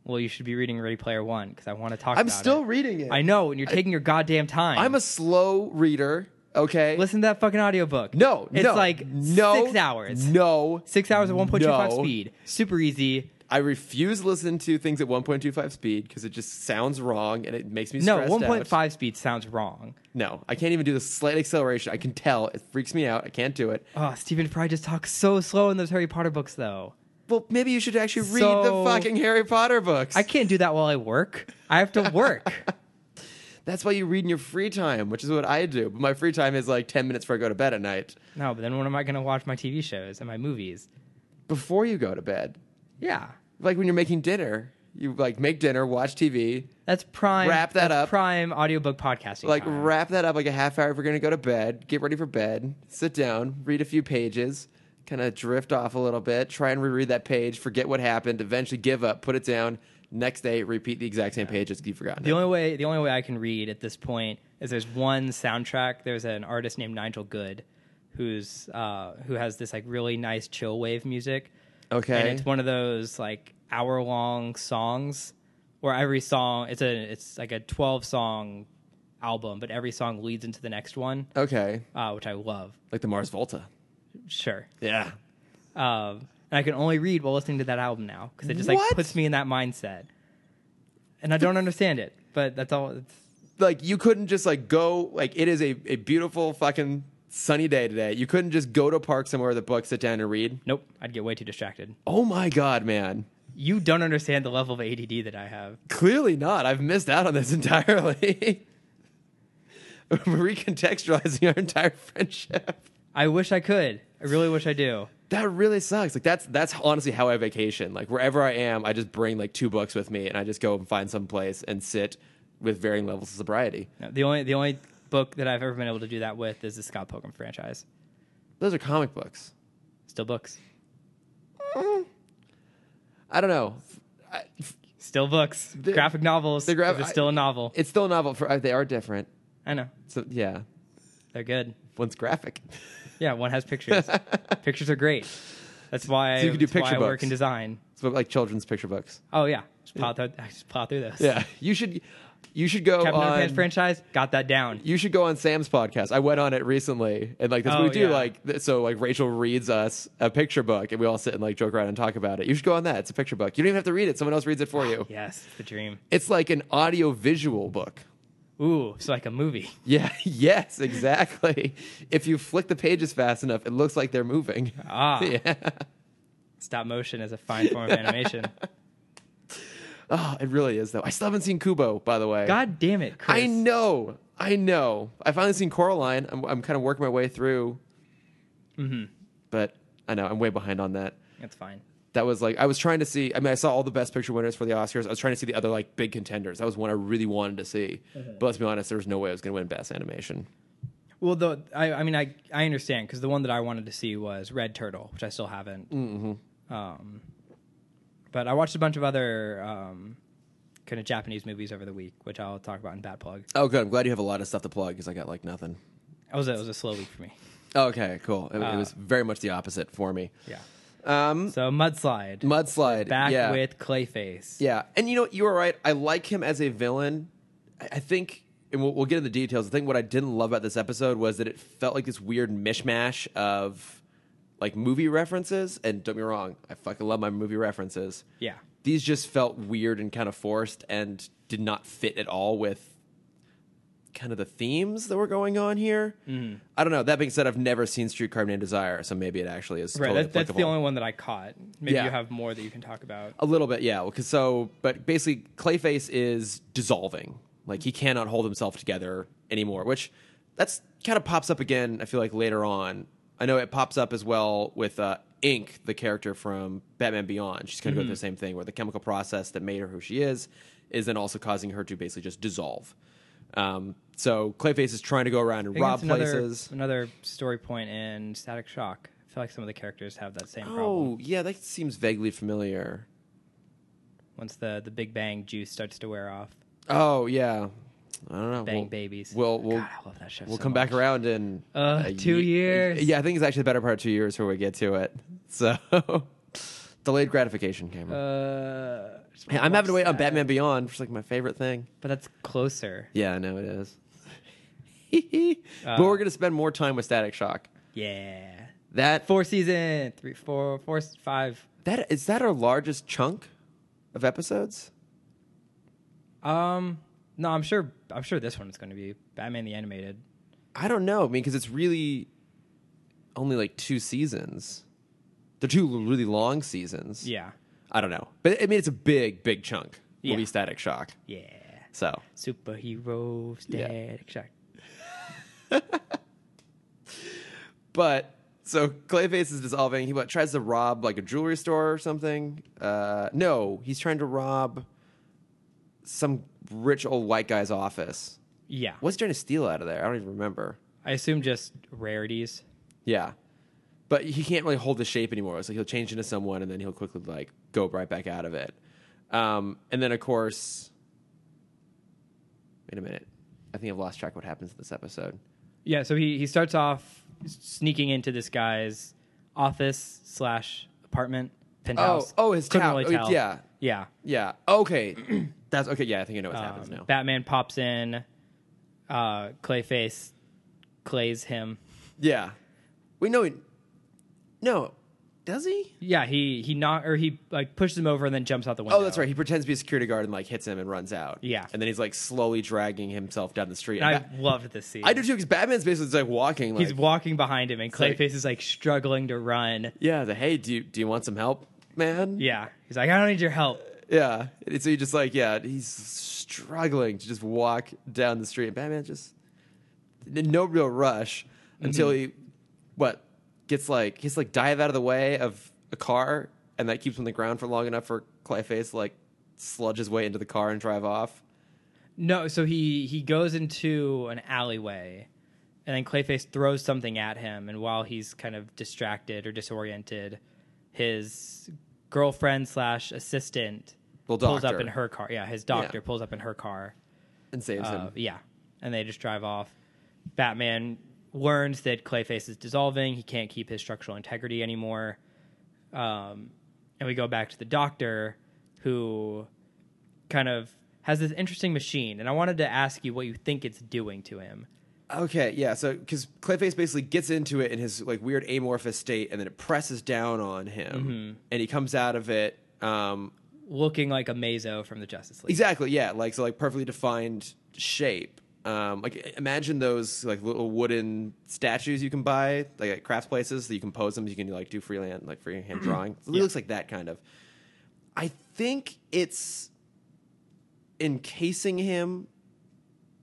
Speaker 2: Well, you should be reading Ready Player One because I want to talk
Speaker 1: I'm
Speaker 2: about
Speaker 1: still
Speaker 2: it.
Speaker 1: reading it.
Speaker 2: I know, and you're taking your goddamn time.
Speaker 1: I'm a slow reader, okay?
Speaker 2: Listen to that fucking audiobook.
Speaker 1: no,
Speaker 2: It's
Speaker 1: no,
Speaker 2: like
Speaker 1: no,
Speaker 2: six hours.
Speaker 1: No.
Speaker 2: Six hours at 1.25
Speaker 1: No.
Speaker 2: speed. Super easy.
Speaker 1: I refuse to listen to things at 1.25 speed because it just sounds wrong and it makes me
Speaker 2: No,
Speaker 1: stressed out.
Speaker 2: 1.5 speed sounds wrong.
Speaker 1: No, I can't even do the slight acceleration. I can tell. It freaks me out. I can't do it.
Speaker 2: Oh, Stephen Fry just talks so slow in those Harry Potter books, though.
Speaker 1: Well, maybe you should actually read
Speaker 2: So-
Speaker 1: the fucking Harry Potter books.
Speaker 2: I can't do that while I work. I have to work.
Speaker 1: That's why you read in your free time, which is what I do. But my free time is like 10 minutes before I go to bed at night.
Speaker 2: no, but then when am I going to watch my TV shows and my movies?
Speaker 1: before you go to bed.
Speaker 2: Yeah.
Speaker 1: Like when you're making dinner, You like make dinner, watch TV,
Speaker 2: That's prime.
Speaker 1: Wrap that
Speaker 2: that's
Speaker 1: up.
Speaker 2: Prime audiobook podcasting.
Speaker 1: like
Speaker 2: time.
Speaker 1: wrap that up like a half hour if we're gonna go to bed get ready for bed sit down read a few pages kind of drift off a little bit try and reread that page forget what happened eventually give up put it down next day repeat the exact same page as you've forgotten
Speaker 2: The
Speaker 1: it.
Speaker 2: only way the only way I can read at this point is there's one soundtrack. There's an artist named Nigel Good, who's uh, who has this like really nice chill wave music. And
Speaker 1: okay
Speaker 2: it's one of those like hour long songs where every song it's a it's like a twelve song album, but every song leads into the next one,
Speaker 1: okay
Speaker 2: uh, which I love.
Speaker 1: like the mars volta
Speaker 2: Sure.
Speaker 1: yeah
Speaker 2: Um, and I can only read while listening to that album now because it just like
Speaker 1: What?
Speaker 2: puts me in that mindset. And I don't understand it, but that's all. It's,
Speaker 1: like you couldn't just like go like it is a, a beautiful fucking sunny day today you couldn't just go to a park somewhere with a book sit down and read
Speaker 2: nope, I'd get way too distracted.
Speaker 1: oh my god man
Speaker 2: You don't understand the level of ADD that I have.
Speaker 1: Clearly not. I've missed out on this entirely. We're recontextualizing our entire friendship.
Speaker 2: I wish I could. I really wish I do.
Speaker 1: That really sucks. Like that's that's honestly how I vacation. Like wherever I am, I just bring like two books with me and I just go and find some place and sit with varying levels of sobriety.
Speaker 2: No, the only the only book that I've ever been able to do that with is the Scott Pilgrim franchise.
Speaker 1: Those are comic books.
Speaker 2: Still books.
Speaker 1: I don't know. I,
Speaker 2: Still books.
Speaker 1: The-
Speaker 2: graphic novels.
Speaker 1: the gra-
Speaker 2: 'cause it's still a novel.
Speaker 1: it's still a novel for uh, they are different.
Speaker 2: I know.
Speaker 1: So yeah,
Speaker 2: They're good.
Speaker 1: one's graphic.
Speaker 2: Yeah, one has pictures. pictures are great. That's why
Speaker 1: So you can do
Speaker 2: that's why
Speaker 1: picture
Speaker 2: I work
Speaker 1: books.
Speaker 2: in design.
Speaker 1: So like children's picture books.
Speaker 2: Oh yeah. Just plow through, I just plow through those.
Speaker 1: Yeah, you should you should go
Speaker 2: Captain
Speaker 1: on
Speaker 2: Underpants franchise, got that down.
Speaker 1: You should go on Sam's podcast. I went on it recently, and like that's what
Speaker 2: Oh,
Speaker 1: we do.
Speaker 2: yeah.
Speaker 1: Like th- so, like Rachel reads us a picture book, and we all sit and like joke around and talk about it. You should go on that. It's a picture book. You don't even have to read it. Someone else reads it for you.
Speaker 2: Yes, the dream.
Speaker 1: It's like an audio visual book.
Speaker 2: Ooh, it's like a movie.
Speaker 1: Yeah. Yes. Exactly. if you flick the pages fast enough, it looks like they're moving.
Speaker 2: Ah.
Speaker 1: Yeah.
Speaker 2: Stop motion is a fine form of animation.
Speaker 1: Oh, it really is though. I still haven't seen Kubo, by the way.
Speaker 2: God damn it, Chris.
Speaker 1: I know. I know. I finally seen Coraline. I'm, I'm kind of working my way through. Mm-hmm. But I know I'm way behind on that.
Speaker 2: That's fine.
Speaker 1: that was like I was trying to see. I mean, I saw all the best picture winners for the Oscars. I was trying to see the other like big contenders. That was one I really wanted to see. But let's be honest, there was no way I was going to win Best Animation.
Speaker 2: Well, though I, I mean, I I understand because the one that I wanted to see was Red Turtle, which I still haven't. Mm-hmm. Um, but I watched a bunch of other um, kind of Japanese movies over the week, which I'll talk about in Bat Plug.
Speaker 1: Oh, good. I'm glad you have a lot of stuff to plug because I got like nothing.
Speaker 2: It was a, it was a slow week for me.
Speaker 1: Okay, cool. It, it was very much the opposite for me.
Speaker 2: Yeah.
Speaker 1: Ah. Um,
Speaker 2: So mudslide
Speaker 1: Mudslide.
Speaker 2: back
Speaker 1: yeah.
Speaker 2: with Clayface.
Speaker 1: Yeah, and you know you were right. I like him as a villain. I I think, and we'll, we'll get into the details. I think what I didn't love about this episode was that it felt like this weird mishmash of like movie references. And don't be wrong, I fucking love my movie references.
Speaker 2: Yeah.
Speaker 1: these just felt weird and kind of forced, and did not fit at all with kind of the themes that were going on here.
Speaker 2: Mm-hmm.
Speaker 1: I don't know. That being said, I've never seen Streetcar Named Desire, so maybe it actually is
Speaker 2: Right.
Speaker 1: Totally
Speaker 2: that, that's the
Speaker 1: applicable.
Speaker 2: only one that I caught. Maybe
Speaker 1: Yeah.
Speaker 2: you have more that you can talk about.
Speaker 1: A little bit, yeah. Because so, but basically, Clayface is dissolving. Like he cannot hold himself together anymore. Which that's kind of pops up again. I feel like later on. I know it pops up as well with uh, Ink, the character from Batman Beyond. She's going
Speaker 2: Mm-hmm.
Speaker 1: to go through the same thing, where the chemical process that made her who she is is then also causing her to basically just dissolve. Um, so Clayface is trying to go around and
Speaker 2: I think
Speaker 1: rob
Speaker 2: that's another,
Speaker 1: places.
Speaker 2: Another story point in Static Shock. I feel like some of the characters have that same problem.
Speaker 1: Oh, yeah, that seems vaguely familiar.
Speaker 2: Once the the Big Bang juice starts to wear off.
Speaker 1: Oh yeah, I don't know.
Speaker 2: Bang
Speaker 1: We'll-
Speaker 2: babies.
Speaker 1: We'll we'll
Speaker 2: God, I love that show.
Speaker 1: we'll
Speaker 2: so
Speaker 1: come back
Speaker 2: much.
Speaker 1: around in
Speaker 2: Uh,
Speaker 1: a
Speaker 2: two
Speaker 1: ye-
Speaker 2: years.
Speaker 1: Yeah, I think it's actually the better part of two years where we get to it. So delayed gratification, Cameron.
Speaker 2: Uh, just
Speaker 1: Hey, I'm having to
Speaker 2: watch
Speaker 1: wait on
Speaker 2: that.
Speaker 1: Batman Beyond, which is like my favorite thing.
Speaker 2: but that's closer.
Speaker 1: Yeah, I know it is. but
Speaker 2: Uh.
Speaker 1: we're gonna spend more time with Static Shock.
Speaker 2: Yeah,
Speaker 1: That
Speaker 2: four season, three, four, four, five.
Speaker 1: that is that our largest chunk of episodes.
Speaker 2: Um, no, I'm sure. I'm sure this one's going to be Batman the Animated.
Speaker 1: I don't know. I mean, because it's really only like two seasons. They're two really long seasons.
Speaker 2: Yeah,
Speaker 1: I don't know. But I mean, it's a big, big chunk.
Speaker 2: Yeah.
Speaker 1: Will be Static Shock.
Speaker 2: yeah.
Speaker 1: So
Speaker 2: Superhero
Speaker 1: Yeah.
Speaker 2: static shock.
Speaker 1: But So Clayface is dissolving. He what, tries to rob like a jewelry store or something. Uh, no, he's trying to rob some rich old white guy's office.
Speaker 2: Yeah.
Speaker 1: What's he trying to steal out of there? I don't even remember.
Speaker 2: I assume just rarities.
Speaker 1: Yeah. But he can't really hold the shape anymore. So he'll change into someone and then he'll quickly like go right back out of it. Um, and then of course Wait a minute. I think I've lost track of what happens in this episode.
Speaker 2: Yeah, so he, he starts off sneaking into this guy's office slash apartment, penthouse.
Speaker 1: oh, his
Speaker 2: Couldn't
Speaker 1: town.
Speaker 2: really
Speaker 1: Oh,
Speaker 2: tell.
Speaker 1: yeah.
Speaker 2: Yeah.
Speaker 1: Yeah. Okay. That's okay, yeah, I think I know what happens
Speaker 2: Um,
Speaker 1: now.
Speaker 2: Batman pops in, uh, Clayface clays him.
Speaker 1: yeah. We know he No. Does he?
Speaker 2: Yeah, he he knock or he like pushes him over and then jumps out the window.
Speaker 1: Oh, that's right. He pretends to be a security guard and like hits him and runs out.
Speaker 2: Yeah.
Speaker 1: And then he's like slowly dragging himself down the street.
Speaker 2: And I
Speaker 1: And Ba-
Speaker 2: loved this scene.
Speaker 1: I do too because Batman's basically just, like walking. Like,
Speaker 2: He's walking behind him, and
Speaker 1: like-
Speaker 2: Clayface is like struggling to run.
Speaker 1: Yeah, the hey, do you do you want some help, man?
Speaker 2: Yeah, he's like, I don't need your help.
Speaker 1: Yeah. And so you just like, yeah, he's struggling to just walk down the street. And Batman just n- no real rush until he what gets like he's like dive out of the way of a car and that keeps him on the ground for long enough for Clayface to like sludge his way into the car and drive off.
Speaker 2: No, so he he goes into an alleyway, and then Clayface throws something at him, and while he's kind of distracted or disoriented, his girlfriend slash assistant
Speaker 1: Well,
Speaker 2: pulls up
Speaker 1: doctor.
Speaker 2: in her car. Yeah, his doctor
Speaker 1: Yeah.
Speaker 2: pulls up in her car.
Speaker 1: And saves
Speaker 2: Uh,
Speaker 1: him.
Speaker 2: yeah, and they just drive off. Batman learns that Clayface is dissolving. He can't keep his structural integrity anymore. Um, and we go back to the doctor, who kind of has this interesting machine. And I wanted to ask you what you think it's doing to him.
Speaker 1: Okay, yeah. So because Clayface basically gets into it in his like weird amorphous state, and then it presses down on him, and he comes out of it. Um,
Speaker 2: Looking like a Mazo from the Justice League.
Speaker 1: exactly, yeah. Like so, like perfectly defined shape. Um, like i- imagine those like little wooden statues you can buy like at crafts places that you can pose them. You can like do freelance like freehand drawing. It looks like that kind of. I think it's encasing him.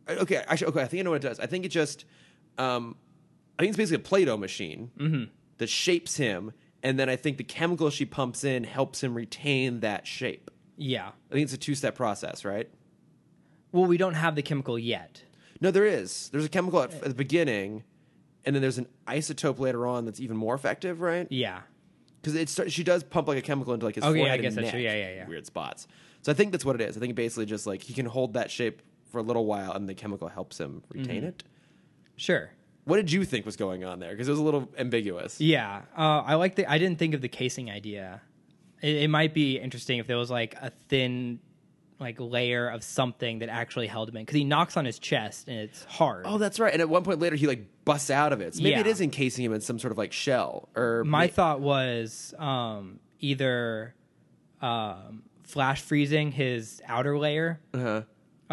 Speaker 1: I- Okay, actually, okay. I think I know what it does. I think it just, um, I think it's basically a Play-Doh machine that shapes him, and then I think the chemical she pumps in helps him retain that shape.
Speaker 2: Yeah.
Speaker 1: I think it's a two-step process, right?
Speaker 2: Well, we don't have the chemical yet.
Speaker 1: No, there is. There's a chemical at, at the beginning, and then there's an isotope later on that's even more effective, right?
Speaker 2: Yeah.
Speaker 1: because it start, she does pump like a chemical into like his
Speaker 2: Okay, Oh, yeah, I
Speaker 1: forehead
Speaker 2: guess
Speaker 1: and
Speaker 2: that's
Speaker 1: neck,
Speaker 2: true. Yeah, yeah, yeah.
Speaker 1: weird spots. So I think that's what it is. I think it basically just like he can hold that shape for a little while, and the chemical helps him retain
Speaker 2: Mm-hmm.
Speaker 1: it.
Speaker 2: Sure.
Speaker 1: What did you think was going on there? Because it was a little ambiguous.
Speaker 2: Yeah, uh, I like the. I didn't think of the casing idea. It, it might be interesting if there was like a thin, like layer of something that actually held him in because he knocks on his chest and it's hard.
Speaker 1: Oh, that's right. And at one point later, he like busts out of it. So maybe it
Speaker 2: Yeah.
Speaker 1: is encasing him in some sort of like shell or
Speaker 2: My
Speaker 1: may-
Speaker 2: thought was um, either um, flash freezing his outer layer,
Speaker 1: Uh-huh.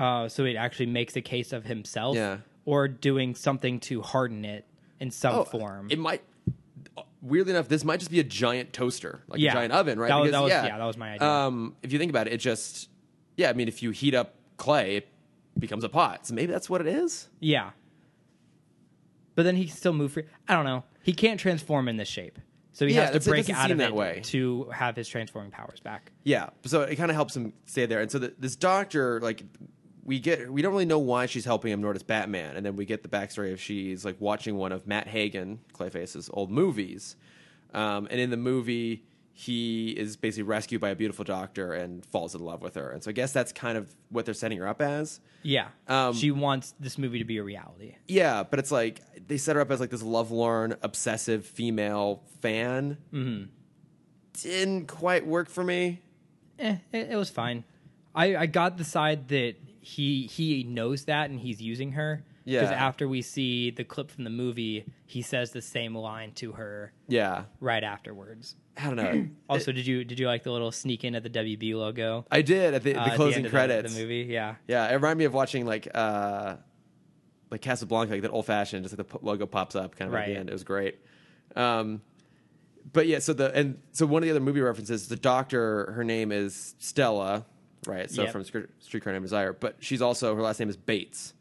Speaker 2: uh, so it actually makes a case of himself,
Speaker 1: Yeah.
Speaker 2: or doing something to harden it in some
Speaker 1: Oh,
Speaker 2: form.
Speaker 1: It might. Weirdly enough, this might just be a giant toaster, like
Speaker 2: Yeah.
Speaker 1: a giant oven, right?
Speaker 2: That was- that was- yeah, that was my idea.
Speaker 1: Um, if you think about it, it just yeah. I mean, if you heat up clay, it becomes a pot. So maybe that's what it is.
Speaker 2: Yeah. But then he can still move free. I don't know. He can't transform in this shape. So he
Speaker 1: Yeah,
Speaker 2: has
Speaker 1: that's-
Speaker 2: to
Speaker 1: it
Speaker 2: break
Speaker 1: doesn't
Speaker 2: out
Speaker 1: seem
Speaker 2: of
Speaker 1: that
Speaker 2: it
Speaker 1: way.
Speaker 2: to have his transforming powers back.
Speaker 1: Yeah. So it kind of helps him stay there. And so the, this doctor, like, we get we don't really know why she's helping him, nor does Batman. And then we get the backstory of she's like watching one of Matt Hagen, Clayface's old movies. Um, and in the movie, he is basically rescued by a beautiful doctor and falls in love with her. And so I guess that's kind of what they're setting her up as.
Speaker 2: Yeah.
Speaker 1: Um,
Speaker 2: she wants this movie to be a reality.
Speaker 1: Yeah, but it's like they set her up as like this lovelorn, obsessive female fan. Mm-hmm. Didn't quite work for me.
Speaker 2: Eh, it, it was fine. I, I got the side that he he knows that and he's using her.
Speaker 1: Yeah.
Speaker 2: Because after we see the clip from the movie, he says the same line to her
Speaker 1: Yeah,
Speaker 2: right afterwards.
Speaker 1: I don't know.
Speaker 2: Also, did you did you like the little sneak in at the WB logo?
Speaker 1: I did at the,
Speaker 2: uh,
Speaker 1: the
Speaker 2: at
Speaker 1: closing
Speaker 2: end of the-
Speaker 1: credits.
Speaker 2: The movie, yeah.
Speaker 1: Yeah, it reminded me of watching like uh like Casablanca, like that old fashioned, just like the p- logo pops up kind of at
Speaker 2: Right.
Speaker 1: the end. It was great. Um but yeah, so the and so one of the other movie references, the doctor, her name is Stella, right? So
Speaker 2: Yep.
Speaker 1: from Street Streetcar Named Desire, but she's also her last name is Bates.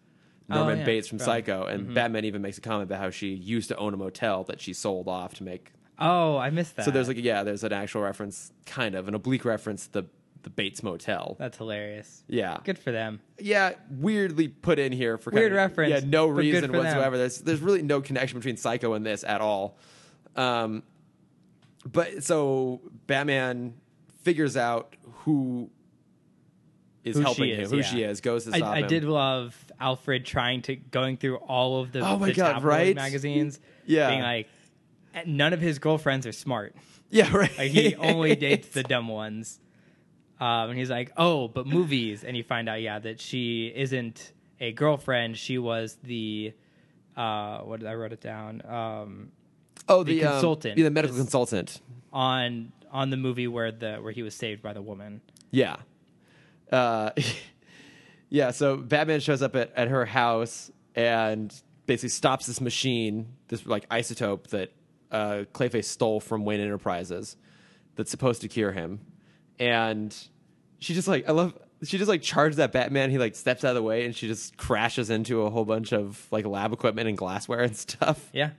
Speaker 1: Norman
Speaker 2: Oh, yeah, Mm-hmm.
Speaker 1: Bates from
Speaker 2: probably.
Speaker 1: Psycho, and Batman even makes a comment about how she used to own a motel that she sold off to make.
Speaker 2: Oh, I missed that.
Speaker 1: So there's like yeah, there's an actual reference, kind of an oblique reference to the the Bates Motel.
Speaker 2: that's hilarious.
Speaker 1: yeah,
Speaker 2: Good for them.
Speaker 1: yeah, weirdly put in here for
Speaker 2: Weird
Speaker 1: kinda-
Speaker 2: reference,
Speaker 1: Yeah, no
Speaker 2: but good
Speaker 1: reason
Speaker 2: for them.
Speaker 1: whatsoever. There's there's really no connection between Psycho and this at all. Um, but so Batman figures out who is
Speaker 2: Who she
Speaker 1: helping him,
Speaker 2: is,
Speaker 1: who
Speaker 2: yeah.
Speaker 1: she is, goes to
Speaker 2: I,
Speaker 1: stop
Speaker 2: I
Speaker 1: him.
Speaker 2: did love Alfred trying to going through all of the,
Speaker 1: Oh my
Speaker 2: the
Speaker 1: God,
Speaker 2: tabloid
Speaker 1: right?
Speaker 2: magazines.
Speaker 1: Yeah.
Speaker 2: being like, "Eh, none of his girlfriends are smart.
Speaker 1: yeah, right.
Speaker 2: Like he only dates the dumb ones. Um, and he's like, oh, but movies, and you find out, yeah, that she isn't a girlfriend. She was the, uh, what did I wrote it down? Um,
Speaker 1: oh
Speaker 2: the
Speaker 1: the, um,
Speaker 2: consultant
Speaker 1: yeah, the medical
Speaker 2: was-
Speaker 1: consultant.
Speaker 2: on on the movie where the where he was saved by the woman.
Speaker 1: Yeah. Uh, yeah, so Batman shows up at, at her house and basically stops this machine, this like isotope that uh, Clayface stole from Wayne Enterprises that's supposed to cure him. And she just like, I love, she just like charges at Batman. He like steps out of the way and she just crashes into a whole bunch of like lab equipment and glassware and stuff.
Speaker 2: Yeah,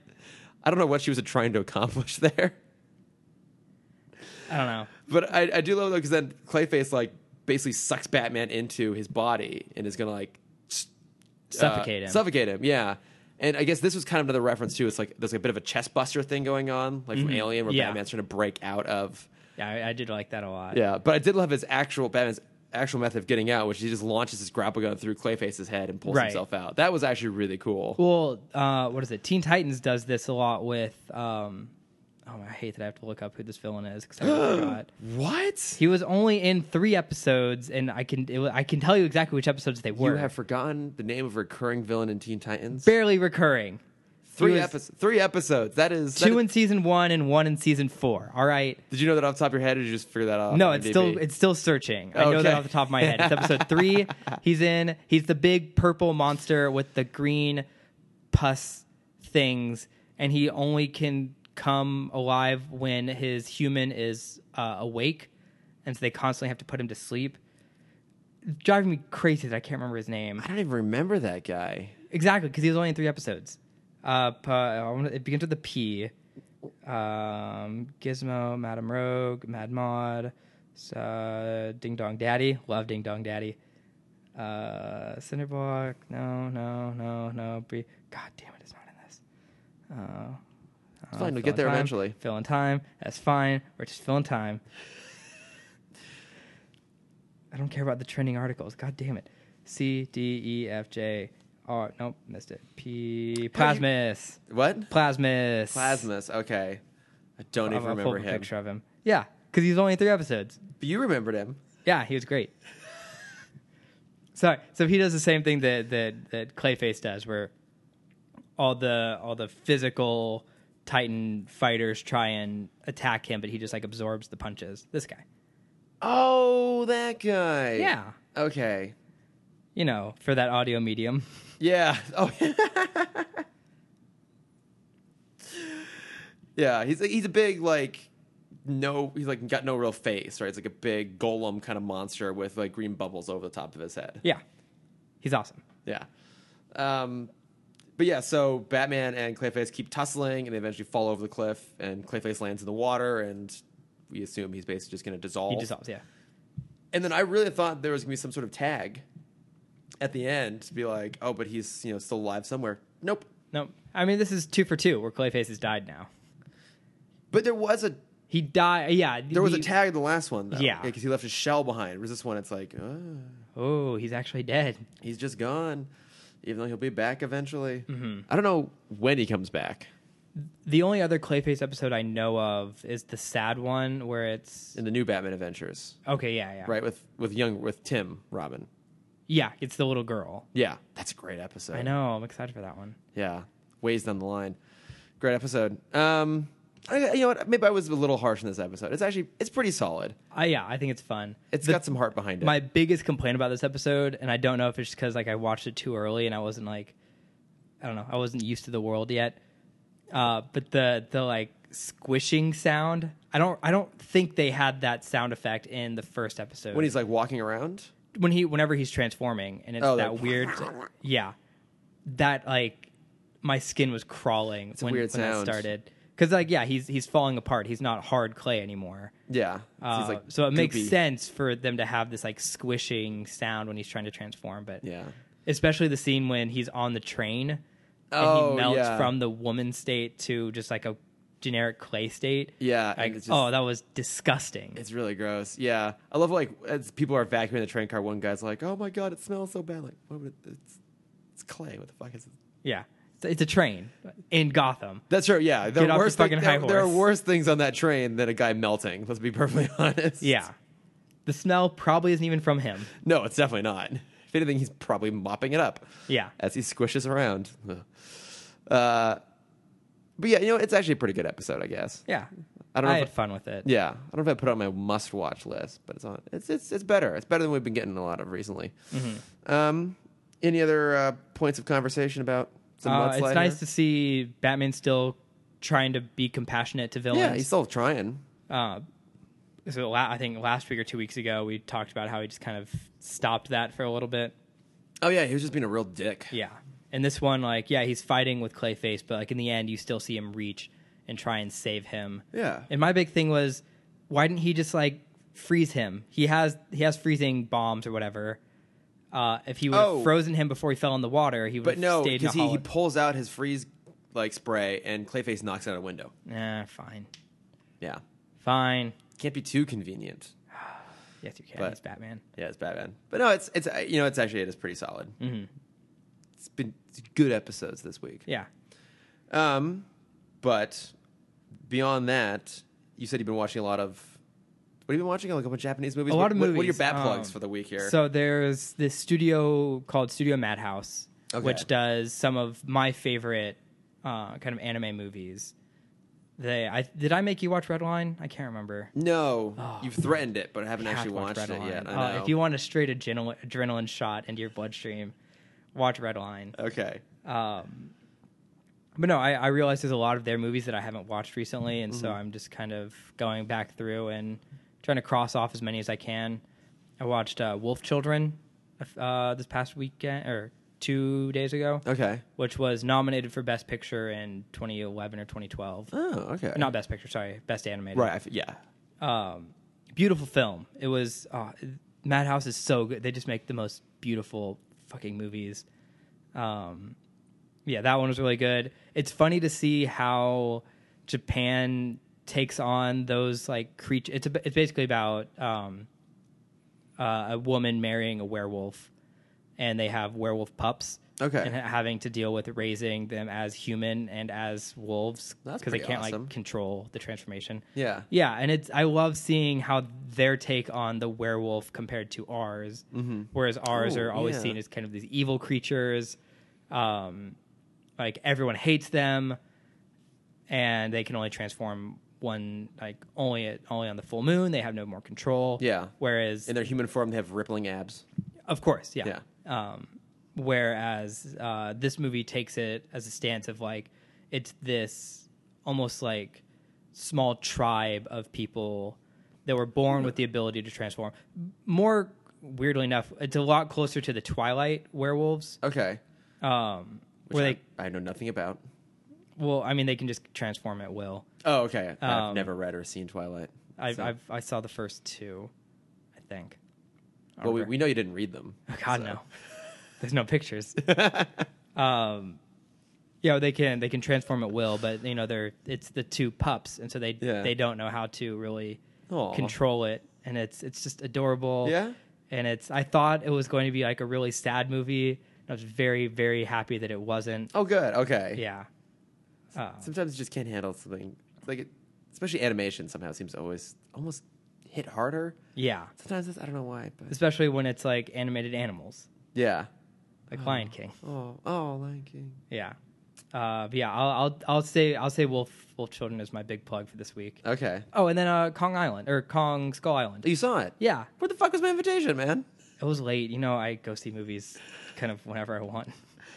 Speaker 1: I don't know what she was trying to accomplish there.
Speaker 2: I don't know.
Speaker 1: But I, I do love though because then Clayface like basically sucks Batman into his body and is gonna like s- uh,
Speaker 2: Suffocate him.
Speaker 1: Suffocate him, yeah. And I guess this was kind of another reference too. It's like there's a bit of a chest buster thing going on, like from Alien, where
Speaker 2: Mm-hmm. yeah.
Speaker 1: Batman's trying to break out of.
Speaker 2: Yeah, I, I did like that a lot.
Speaker 1: Yeah, but I did love his actual Batman's actual method of getting out, which he just launches his grapple gun through Clayface's head and pulls
Speaker 2: Right.
Speaker 1: himself out. That was actually really cool.
Speaker 2: Well, uh, what is it? Teen Titans does this a lot with. Um, oh, I hate that I have to look up who this villain is because I forgot.
Speaker 1: What?
Speaker 2: He was only in three episodes, and I can it, wa- I can tell you exactly which episodes they were.
Speaker 1: You have forgotten the name of a recurring villain in Teen Titans.
Speaker 2: barely recurring.
Speaker 1: three
Speaker 2: he was-
Speaker 1: episodes. Three episodes. That is that
Speaker 2: Two
Speaker 1: is-
Speaker 2: in season one and one in season four. All right.
Speaker 1: Did you know that off the top of your head, or did you just figure that out?
Speaker 2: No,
Speaker 1: on
Speaker 2: it's
Speaker 1: IMDb?
Speaker 2: still it's still searching. I know
Speaker 1: Okay.
Speaker 2: that off the top of my head. It's episode three. He's in. He's the big purple monster with the green pus things, and he only can come alive when his human is uh, awake, and so they constantly have to put him to sleep. It's driving me crazy that I can't remember his name
Speaker 1: I don't even remember that guy.
Speaker 2: exactly because he was only in three episodes. Uh, pu- I wanna- it begins with a P. Um, Gizmo, Madame Rogue, Mad Mod, uh, Ding Dong Daddy. Love Ding Dong Daddy. Uh, Cinderblock. No, no, no, no. Bree. God damn it, it's not in this. Uh,
Speaker 1: It's fine, we'll get there eventually.
Speaker 2: Filling time. That's fine. We're just filling time. I don't care about the trending articles. God damn it. C D E F J R. Nope, missed it. P.
Speaker 1: How do you-
Speaker 2: Plasmus.
Speaker 1: What?
Speaker 2: Plasmus.
Speaker 1: Plasmus. Okay, I don't even
Speaker 2: I'll, I'll pull
Speaker 1: remember
Speaker 2: up a
Speaker 1: him.
Speaker 2: picture of him. Yeah, because he's only in three episodes.
Speaker 1: But you remembered him.
Speaker 2: Yeah, he was great. Sorry. So he does the same thing that that that Clayface does, where all the all the physical Titan fighters try and attack him, but he just like absorbs the punches. This guy.
Speaker 1: Oh, that guy.
Speaker 2: Yeah.
Speaker 1: Okay.
Speaker 2: You know, for that audio medium.
Speaker 1: Yeah. Oh. yeah. He's he's a big like no. He's like got no real face, right? It's like a big golem kind of monster with like green bubbles over the top of his head.
Speaker 2: Yeah. He's awesome.
Speaker 1: Yeah. Um, but yeah, so Batman and Clayface keep tussling and they eventually fall over the cliff and Clayface lands in the water and we assume he's basically just going to dissolve.
Speaker 2: He dissolves, yeah.
Speaker 1: And then I really thought there was going to be some sort of tag at the end to be like, oh, but he's, you know, still alive somewhere. Nope.
Speaker 2: No. I mean this is two for two where Clayface has died now.
Speaker 1: But there was a
Speaker 2: He died yeah.
Speaker 1: there was a
Speaker 2: he-
Speaker 1: tag in the last one though.
Speaker 2: Yeah.
Speaker 1: because he left his shell behind. Whereas this one, it's like, oh,
Speaker 2: Oh, he's actually dead.
Speaker 1: he's just gone, even though he'll be back eventually.
Speaker 2: Mm-hmm.
Speaker 1: I don't know when he comes back
Speaker 2: The only other Clayface episode I know of is the sad one where it's
Speaker 1: in the new Batman Adventures.
Speaker 2: Okay, yeah, yeah.
Speaker 1: right with with young with tim robin
Speaker 2: Yeah, it's the little girl.
Speaker 1: yeah that's a great episode
Speaker 2: I know. I'm excited for that one.
Speaker 1: yeah ways down the line great episode um I, you know what maybe i was a little harsh in this episode it's actually it's pretty solid
Speaker 2: I yeah, I think it's fun.
Speaker 1: It's
Speaker 2: It's the,
Speaker 1: got some heart behind it
Speaker 2: my biggest complaint about this episode, and I don't know if it's because like I watched it too early and I wasn't like, I don't know, I wasn't used to the world yet. Uh, but the the like squishing sound, I don't I don't think they had that sound effect in the first episode
Speaker 1: when he's like walking around
Speaker 2: when he whenever he's transforming and it's
Speaker 1: Oh,
Speaker 2: that
Speaker 1: that-
Speaker 2: weird yeah that like my skin was crawling
Speaker 1: a
Speaker 2: when,
Speaker 1: weird
Speaker 2: when that
Speaker 1: sound.
Speaker 2: started. Because like yeah, he's he's falling apart. He's not hard clay anymore.
Speaker 1: Yeah.
Speaker 2: Uh,
Speaker 1: He's, like,
Speaker 2: so it makes
Speaker 1: goopy.
Speaker 2: sense for them to have this like squishing sound when he's trying to transform. But
Speaker 1: Yeah.
Speaker 2: especially the scene when he's on the train and
Speaker 1: Oh,
Speaker 2: he melts
Speaker 1: yeah.
Speaker 2: from the woman state to just like a generic clay state.
Speaker 1: Yeah, and
Speaker 2: Like,
Speaker 1: it's just-
Speaker 2: oh, that was disgusting.
Speaker 1: It's really gross. Yeah. I love like as people are vacuuming the train car, one guy's like, "Oh my god, it smells so bad." Like, what would it, it's it's clay. What the fuck is it?
Speaker 2: Yeah, it's, it's a train in Gotham.
Speaker 1: That's true. Yeah, there are
Speaker 2: Get off your
Speaker 1: worse
Speaker 2: fucking
Speaker 1: things. There,
Speaker 2: high
Speaker 1: there are
Speaker 2: horse.
Speaker 1: worse things on that train than a guy melting. Let's be perfectly honest.
Speaker 2: Yeah, the smell probably isn't even from him.
Speaker 1: No, it's definitely not. If anything, he's probably mopping it up.
Speaker 2: Yeah.
Speaker 1: As he squishes around. Ugh. Uh, but yeah, you know, it's actually a pretty good episode, I guess.
Speaker 2: Yeah,
Speaker 1: I don't know
Speaker 2: I
Speaker 1: if
Speaker 2: had
Speaker 1: I-
Speaker 2: fun with it.
Speaker 1: Yeah, I don't know if I put it on my must-watch list, but it's on. It's it's it's better. It's better than we've been getting a lot of recently.
Speaker 2: Mm-hmm.
Speaker 1: Um, any other uh, points of conversation about some mudslide?
Speaker 2: Uh, it's
Speaker 1: here?
Speaker 2: nice to see Batman still trying to be compassionate to villains.
Speaker 1: yeah, he's still trying.
Speaker 2: Uh, so la- I think last week or two weeks ago we talked about how he just kind of stopped that for a little bit.
Speaker 1: Oh yeah, he was just being a real dick.
Speaker 2: Yeah. And this one, like, yeah, he's fighting with Clayface, but like in the end, you still see him reach and try and save him.
Speaker 1: Yeah.
Speaker 2: And my big thing was, why didn't he just like freeze him? He has he has freezing bombs or whatever. Uh, if he would have
Speaker 1: Oh.
Speaker 2: frozen him before he fell in the water, he would
Speaker 1: But no,
Speaker 2: stayed in a
Speaker 1: because he, he
Speaker 2: hollow.
Speaker 1: pulls out his freeze like spray and Clayface knocks out a window.
Speaker 2: Nah, fine,
Speaker 1: Yeah,
Speaker 2: fine.
Speaker 1: can't be too convenient.
Speaker 2: Yes, you can.
Speaker 1: But-
Speaker 2: He's Batman.
Speaker 1: Yeah, it's Batman. But no, it's it's uh, you know it's actually it is pretty solid. Mm-hmm. It's been good episodes this week.
Speaker 2: Yeah.
Speaker 1: Um, but beyond that, you said you've been watching a lot of. What have you been watching? Like a couple of Japanese movies.
Speaker 2: a lot of
Speaker 1: what,
Speaker 2: movies.
Speaker 1: What are your bat
Speaker 2: um,
Speaker 1: plugs for the week here?
Speaker 2: So there's this studio called Studio Madhouse,
Speaker 1: Okay.
Speaker 2: which does some of my favorite uh, kind of anime movies. They, I did I make you watch Red Line? I can't remember.
Speaker 1: no, you've threatened it, but I haven't
Speaker 2: Oh, Have
Speaker 1: actually
Speaker 2: to watch
Speaker 1: watched it
Speaker 2: Red Line.
Speaker 1: yet.
Speaker 2: Uh,
Speaker 1: I know.
Speaker 2: if you want a straight adrenal- adrenaline shot into your bloodstream, watch Red Line.
Speaker 1: okay.
Speaker 2: Um, But no, I, I realize there's a lot of their movies that I haven't watched recently, and
Speaker 1: Mm-hmm.
Speaker 2: so I'm just kind of going back through and trying to cross off as many as I can. I watched uh, Wolf Children uh, this past weekend or two days ago,
Speaker 1: Okay.
Speaker 2: which was nominated for Best Picture in 2011 or 2012.
Speaker 1: Oh, okay.
Speaker 2: Not Best Picture, sorry, Best Animated.
Speaker 1: right. I f- yeah.
Speaker 2: um, Beautiful film. It was uh, Madhouse is so good. They just make the most beautiful fucking movies. Um, yeah, that one was really good. It's funny to see how Japan takes on those like creature. It's a, it's basically about um, uh, a woman marrying a werewolf, and they have werewolf pups.
Speaker 1: Okay.
Speaker 2: and ha- having to deal with raising them as human and as wolves
Speaker 1: That's
Speaker 2: they
Speaker 1: pretty
Speaker 2: can't
Speaker 1: awesome.
Speaker 2: like control the transformation.
Speaker 1: Yeah.
Speaker 2: Yeah, and it's I love seeing how their take on the werewolf compared to ours, whereas ours
Speaker 1: Oh,
Speaker 2: are always
Speaker 1: yeah.
Speaker 2: seen as kind of these evil creatures, um, like everyone hates them, and they can only transform one like only at, only on the full moon. They have no more control.
Speaker 1: Yeah.
Speaker 2: Whereas
Speaker 1: In their human form, they have rippling abs.
Speaker 2: of course, yeah. Um, whereas uh, this movie takes it as a stance of like it's this almost like small tribe of people that were born with the ability to transform. More weirdly enough, it's a lot closer to the Twilight werewolves,
Speaker 1: Okay.
Speaker 2: um,
Speaker 1: Which
Speaker 2: where
Speaker 1: I,
Speaker 2: they
Speaker 1: I know nothing about.
Speaker 2: well, I mean, they can just transform at will.
Speaker 1: Oh, okay. I've
Speaker 2: Um,
Speaker 1: never read or seen Twilight.
Speaker 2: I've,
Speaker 1: so-
Speaker 2: I've I saw the first two, I think. I
Speaker 1: well,
Speaker 2: don't
Speaker 1: we,
Speaker 2: remember.
Speaker 1: we know you didn't read them.
Speaker 2: Oh, God
Speaker 1: so-
Speaker 2: no. There's no pictures. um, yeah, they can they can transform at will, but you know they're it's the two pups, and so they
Speaker 1: Yeah.
Speaker 2: they don't know how to really
Speaker 1: Aw.
Speaker 2: control it, and it's it's just adorable.
Speaker 1: Yeah?
Speaker 2: and it's I thought it was going to be like a really sad movie. and I was very very happy that it wasn't.
Speaker 1: Oh, good. Okay.
Speaker 2: Yeah, uh,
Speaker 1: sometimes you just can't handle something like it, especially animation somehow seems to always almost hit harder
Speaker 2: yeah,
Speaker 1: sometimes it's, i don't know why but
Speaker 2: especially when it's like animated animals,
Speaker 1: yeah
Speaker 2: like Lion King.
Speaker 1: oh oh lion king
Speaker 2: Yeah, uh, but yeah, I'll, I'll I'll say I'll say Wolf Wolf Children is my big plug for this week.
Speaker 1: okay
Speaker 2: Oh, and then uh, Kong Island or Kong Skull Island.
Speaker 1: you saw it
Speaker 2: Yeah,
Speaker 1: where the fuck was my invitation man
Speaker 2: it was late. You know, I go see movies kind of whenever I want.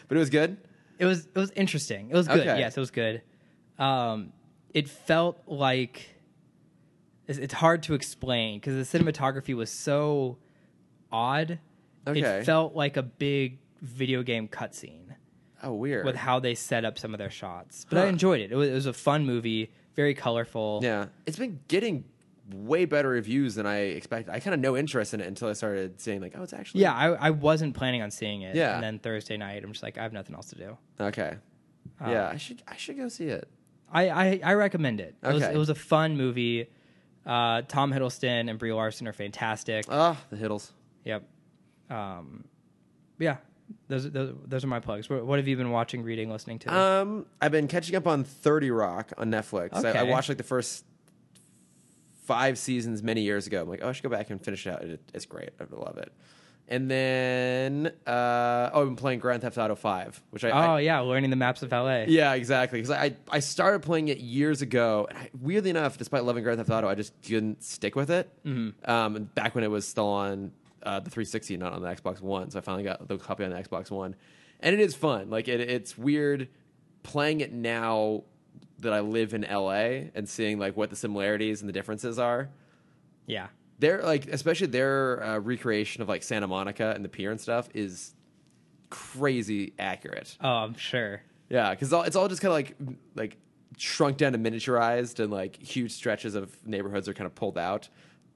Speaker 1: but it was good
Speaker 2: It was it was interesting. It was good.
Speaker 1: Okay.
Speaker 2: Yes, it was good. Um, it felt like it's, it's hard to explain because the cinematography was so odd.
Speaker 1: Okay.
Speaker 2: It felt like a big video game cutscene.
Speaker 1: Oh, weird.
Speaker 2: with how they set up some of their shots. But I enjoyed it. It was, it was a fun movie, very colorful.
Speaker 1: yeah, it's been getting way better reviews than I expected. I kind of no interest in it until I started seeing like, oh, it's actually
Speaker 2: Yeah, I, I wasn't planning on seeing it.
Speaker 1: Yeah.
Speaker 2: And then Thursday night, I'm just like, I have nothing else to do.
Speaker 1: okay. yeah, Uh, I should I should go see it.
Speaker 2: I, I, I recommend it. It, was,
Speaker 1: Okay.
Speaker 2: it was a fun movie. Uh, Tom Hiddleston and Brie Larson are fantastic.
Speaker 1: Ah, the Hiddles.
Speaker 2: yep. Um, yeah, those, are- those, those are my plugs. What, what have you been watching, reading, listening to?
Speaker 1: Um, I've been catching up on Thirty Rock on Netflix. I, I
Speaker 2: Okay.
Speaker 1: watched like the first five seasons many years ago. I'm like, oh, I should go back and finish it out. It, it's great. I love it. And then, uh, oh, I've been playing Grand Theft Auto Five, which I, I
Speaker 2: oh, yeah, learning the maps of LA.
Speaker 1: Yeah, exactly. Because I I started playing it years ago, and I, weirdly enough, despite loving Grand Theft Auto, I just didn't stick with it. Mm-hmm. Um, and back when it was still on uh, the 360, not on the Xbox One, so I finally got the copy on the Xbox One, and it is fun. Like it, it's weird playing it now that I live in LA and seeing like what the similarities and the differences are.
Speaker 2: Yeah.
Speaker 1: Their like, especially their uh, recreation of like Santa Monica and the pier and stuff is crazy accurate.
Speaker 2: Oh, I'm sure.
Speaker 1: Yeah, because it's all just kind of like m- like shrunk down and miniaturized, and like huge stretches of neighborhoods are kind of pulled out,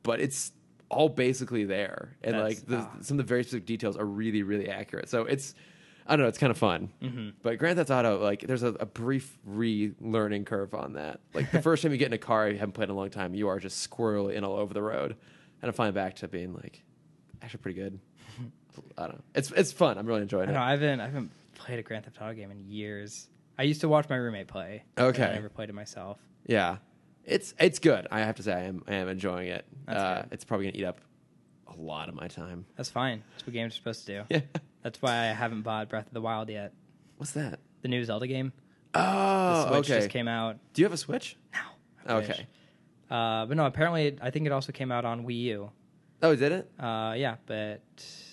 Speaker 1: but it's all basically there, and
Speaker 2: That's-
Speaker 1: like the,
Speaker 2: ah.
Speaker 1: some of the very specific details are really really accurate. So it's I don't know, it's kind of fun.
Speaker 2: Mm-hmm.
Speaker 1: But Grand Theft Auto, like, there's a, a brief relearning curve on that. Like the first time you get in a car, you haven't played in a long time, you are just squirrely and all over the road, and I'm finally back to being like actually pretty good. I don't know. It's it's fun. I'm really enjoying
Speaker 2: I
Speaker 1: it.
Speaker 2: don't know. I haven't I haven't played a Grand Theft Auto game in years. I used to watch my roommate play. and
Speaker 1: Okay.
Speaker 2: I never played it myself.
Speaker 1: Yeah, it's it's good. I have to say, I am I am enjoying it.
Speaker 2: That's
Speaker 1: uh,
Speaker 2: good.
Speaker 1: it's probably gonna eat up a lot of my time.
Speaker 2: That's fine. That's what games are supposed to do.
Speaker 1: Yeah,
Speaker 2: That's why I haven't bought Breath of the Wild yet.
Speaker 1: what's that?
Speaker 2: The new Zelda game,
Speaker 1: Oh,
Speaker 2: Switch
Speaker 1: okay.
Speaker 2: just came out.
Speaker 1: Do you have a Switch?
Speaker 2: I wish.
Speaker 1: Okay.
Speaker 2: Uh, but no, apparently it, I think it also came out on Wii U.
Speaker 1: Oh, did it?
Speaker 2: Uh, yeah, but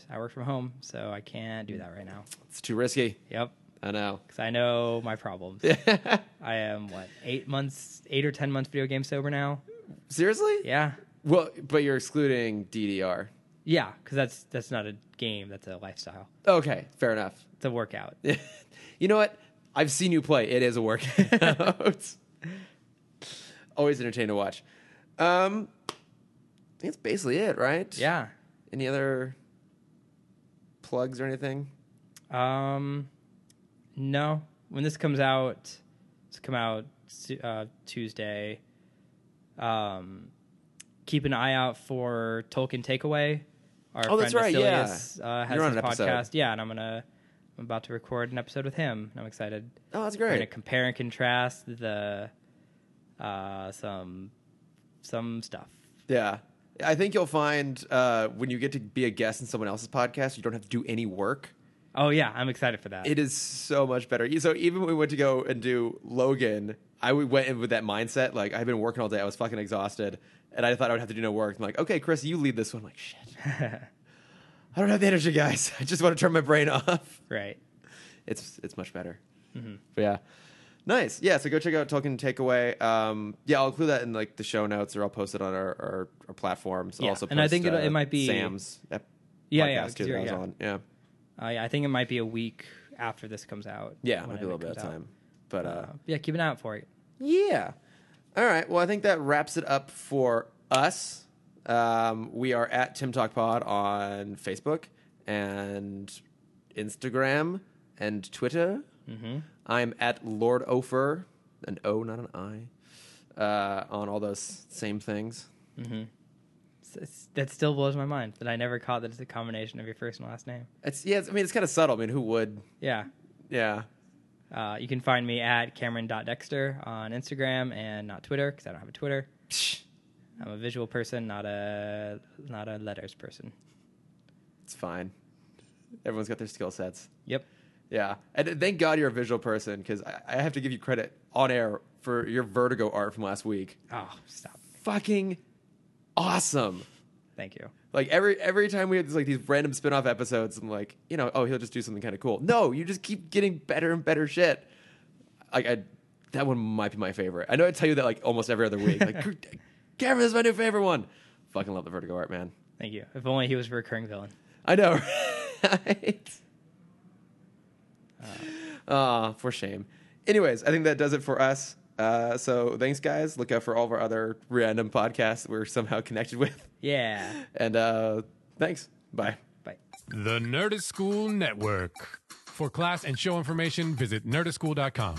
Speaker 2: I work from home, so I can't do that right now.
Speaker 1: It's too risky.
Speaker 2: Yep,
Speaker 1: I know.
Speaker 2: because I know my problems. I am what eight months, eight or ten months video game sober now.
Speaker 1: Seriously?
Speaker 2: Yeah,
Speaker 1: Well, but you're excluding DDR.
Speaker 2: yeah, because that's that's not a game. That's a lifestyle.
Speaker 1: Okay, fair enough.
Speaker 2: It's a workout.
Speaker 1: you know what? I've seen you play. It is a workout. Always entertaining to watch. Um, I think that's basically it, right?
Speaker 2: Yeah.
Speaker 1: Any other plugs or anything?
Speaker 2: Um, no. When this comes out, it's come out Tu- uh, Tuesday. Um, keep an eye out for Tolkien Takeaway. Our
Speaker 1: Oh, that's
Speaker 2: friend
Speaker 1: right, yeah.
Speaker 2: Vasilius, uh, has
Speaker 1: You're on
Speaker 2: his
Speaker 1: an episode.
Speaker 2: podcast. Yeah, and I'm gonna I'm about to record an episode with him. and I'm excited.
Speaker 1: Oh, that's
Speaker 2: We're gonna
Speaker 1: great.
Speaker 2: compare and contrast the uh, some some stuff.
Speaker 1: Yeah. I think you'll find uh, when you get to be a guest in someone else's podcast, you don't have to do any work.
Speaker 2: Oh yeah, I'm excited for that.
Speaker 1: It is so much better. E, So even when we went to go and do Logan, I w- went in with that mindset. Like I've been working all day. I was fucking exhausted, and I thought I would have to do no work. I'm like, okay, Chris, you lead this one. I'm like, shit. I don't have the energy, guys. I just want to turn my brain off.
Speaker 2: right.
Speaker 1: It's it's much better.
Speaker 2: Mm-hmm.
Speaker 1: But yeah, nice. Yeah, so go check out Tolkien Takeaway. Um, yeah, I'll include that in like the show notes, or I'll post it on our our, our platforms. I'll
Speaker 2: Yeah,
Speaker 1: also,
Speaker 2: and I
Speaker 1: post, uh,
Speaker 2: think it'll- it might be-
Speaker 1: Sam's. ep-
Speaker 2: Yeah,
Speaker 1: podcast,
Speaker 2: yeah,
Speaker 1: too, that
Speaker 2: you're-
Speaker 1: I was
Speaker 2: yeah.
Speaker 1: on. yeah.
Speaker 2: Uh, yeah, I think it might be a week after this comes out.
Speaker 1: Yeah, might be
Speaker 2: whenever
Speaker 1: a little
Speaker 2: it
Speaker 1: bit of
Speaker 2: comes out.
Speaker 1: time. But uh,
Speaker 2: Uh, yeah, keep an eye out for it.
Speaker 1: yeah. All right. Well, I think that wraps it up for us. Um, we are at Tim Talk Pod on Facebook and Instagram and Twitter. I'm at Lord Ofer, an O, not an I, uh, on all those same things.
Speaker 2: S- s- That still blows my mind that I never caught that it's a combination of your first and last name.
Speaker 1: It's yeah. It's, I mean, it's kind of subtle. I mean, who would?
Speaker 2: Yeah.
Speaker 1: Yeah.
Speaker 2: Uh, you can find me at Cameron.Dexter on Instagram and not Twitter because I don't have a Twitter.
Speaker 1: Psh,
Speaker 2: I'm a visual person, not a not a letters person.
Speaker 1: It's fine. Everyone's got their skill sets.
Speaker 2: Yep.
Speaker 1: Yeah, and thank God you're a visual person because I, I have to give you credit on air for your Vertigo art from last week.
Speaker 2: Oh, stop.
Speaker 1: Fucking awesome!
Speaker 2: Thank you.
Speaker 1: Like every every time we had like these random spin off episodes, I'm like, you know, oh, he'll just do something kind of cool. No, you just keep getting better and better shit. Like I, that one might be my favorite. I know I tell you that like almost every other week. Like, Cameron, this is my new favorite one. Fucking love the Vertigo art, man.
Speaker 2: Thank you. If only he was a recurring villain.
Speaker 1: I know, right? Ah, for shame. Anyways, I think that does it for us. Uh, so thanks, guys. Look out for all of our other random podcasts that we're somehow connected with.
Speaker 2: Yeah.
Speaker 1: And uh, thanks. Bye.
Speaker 2: Bye.
Speaker 5: The Nerdist School Network. For class and show information, visit nerdistschool.com.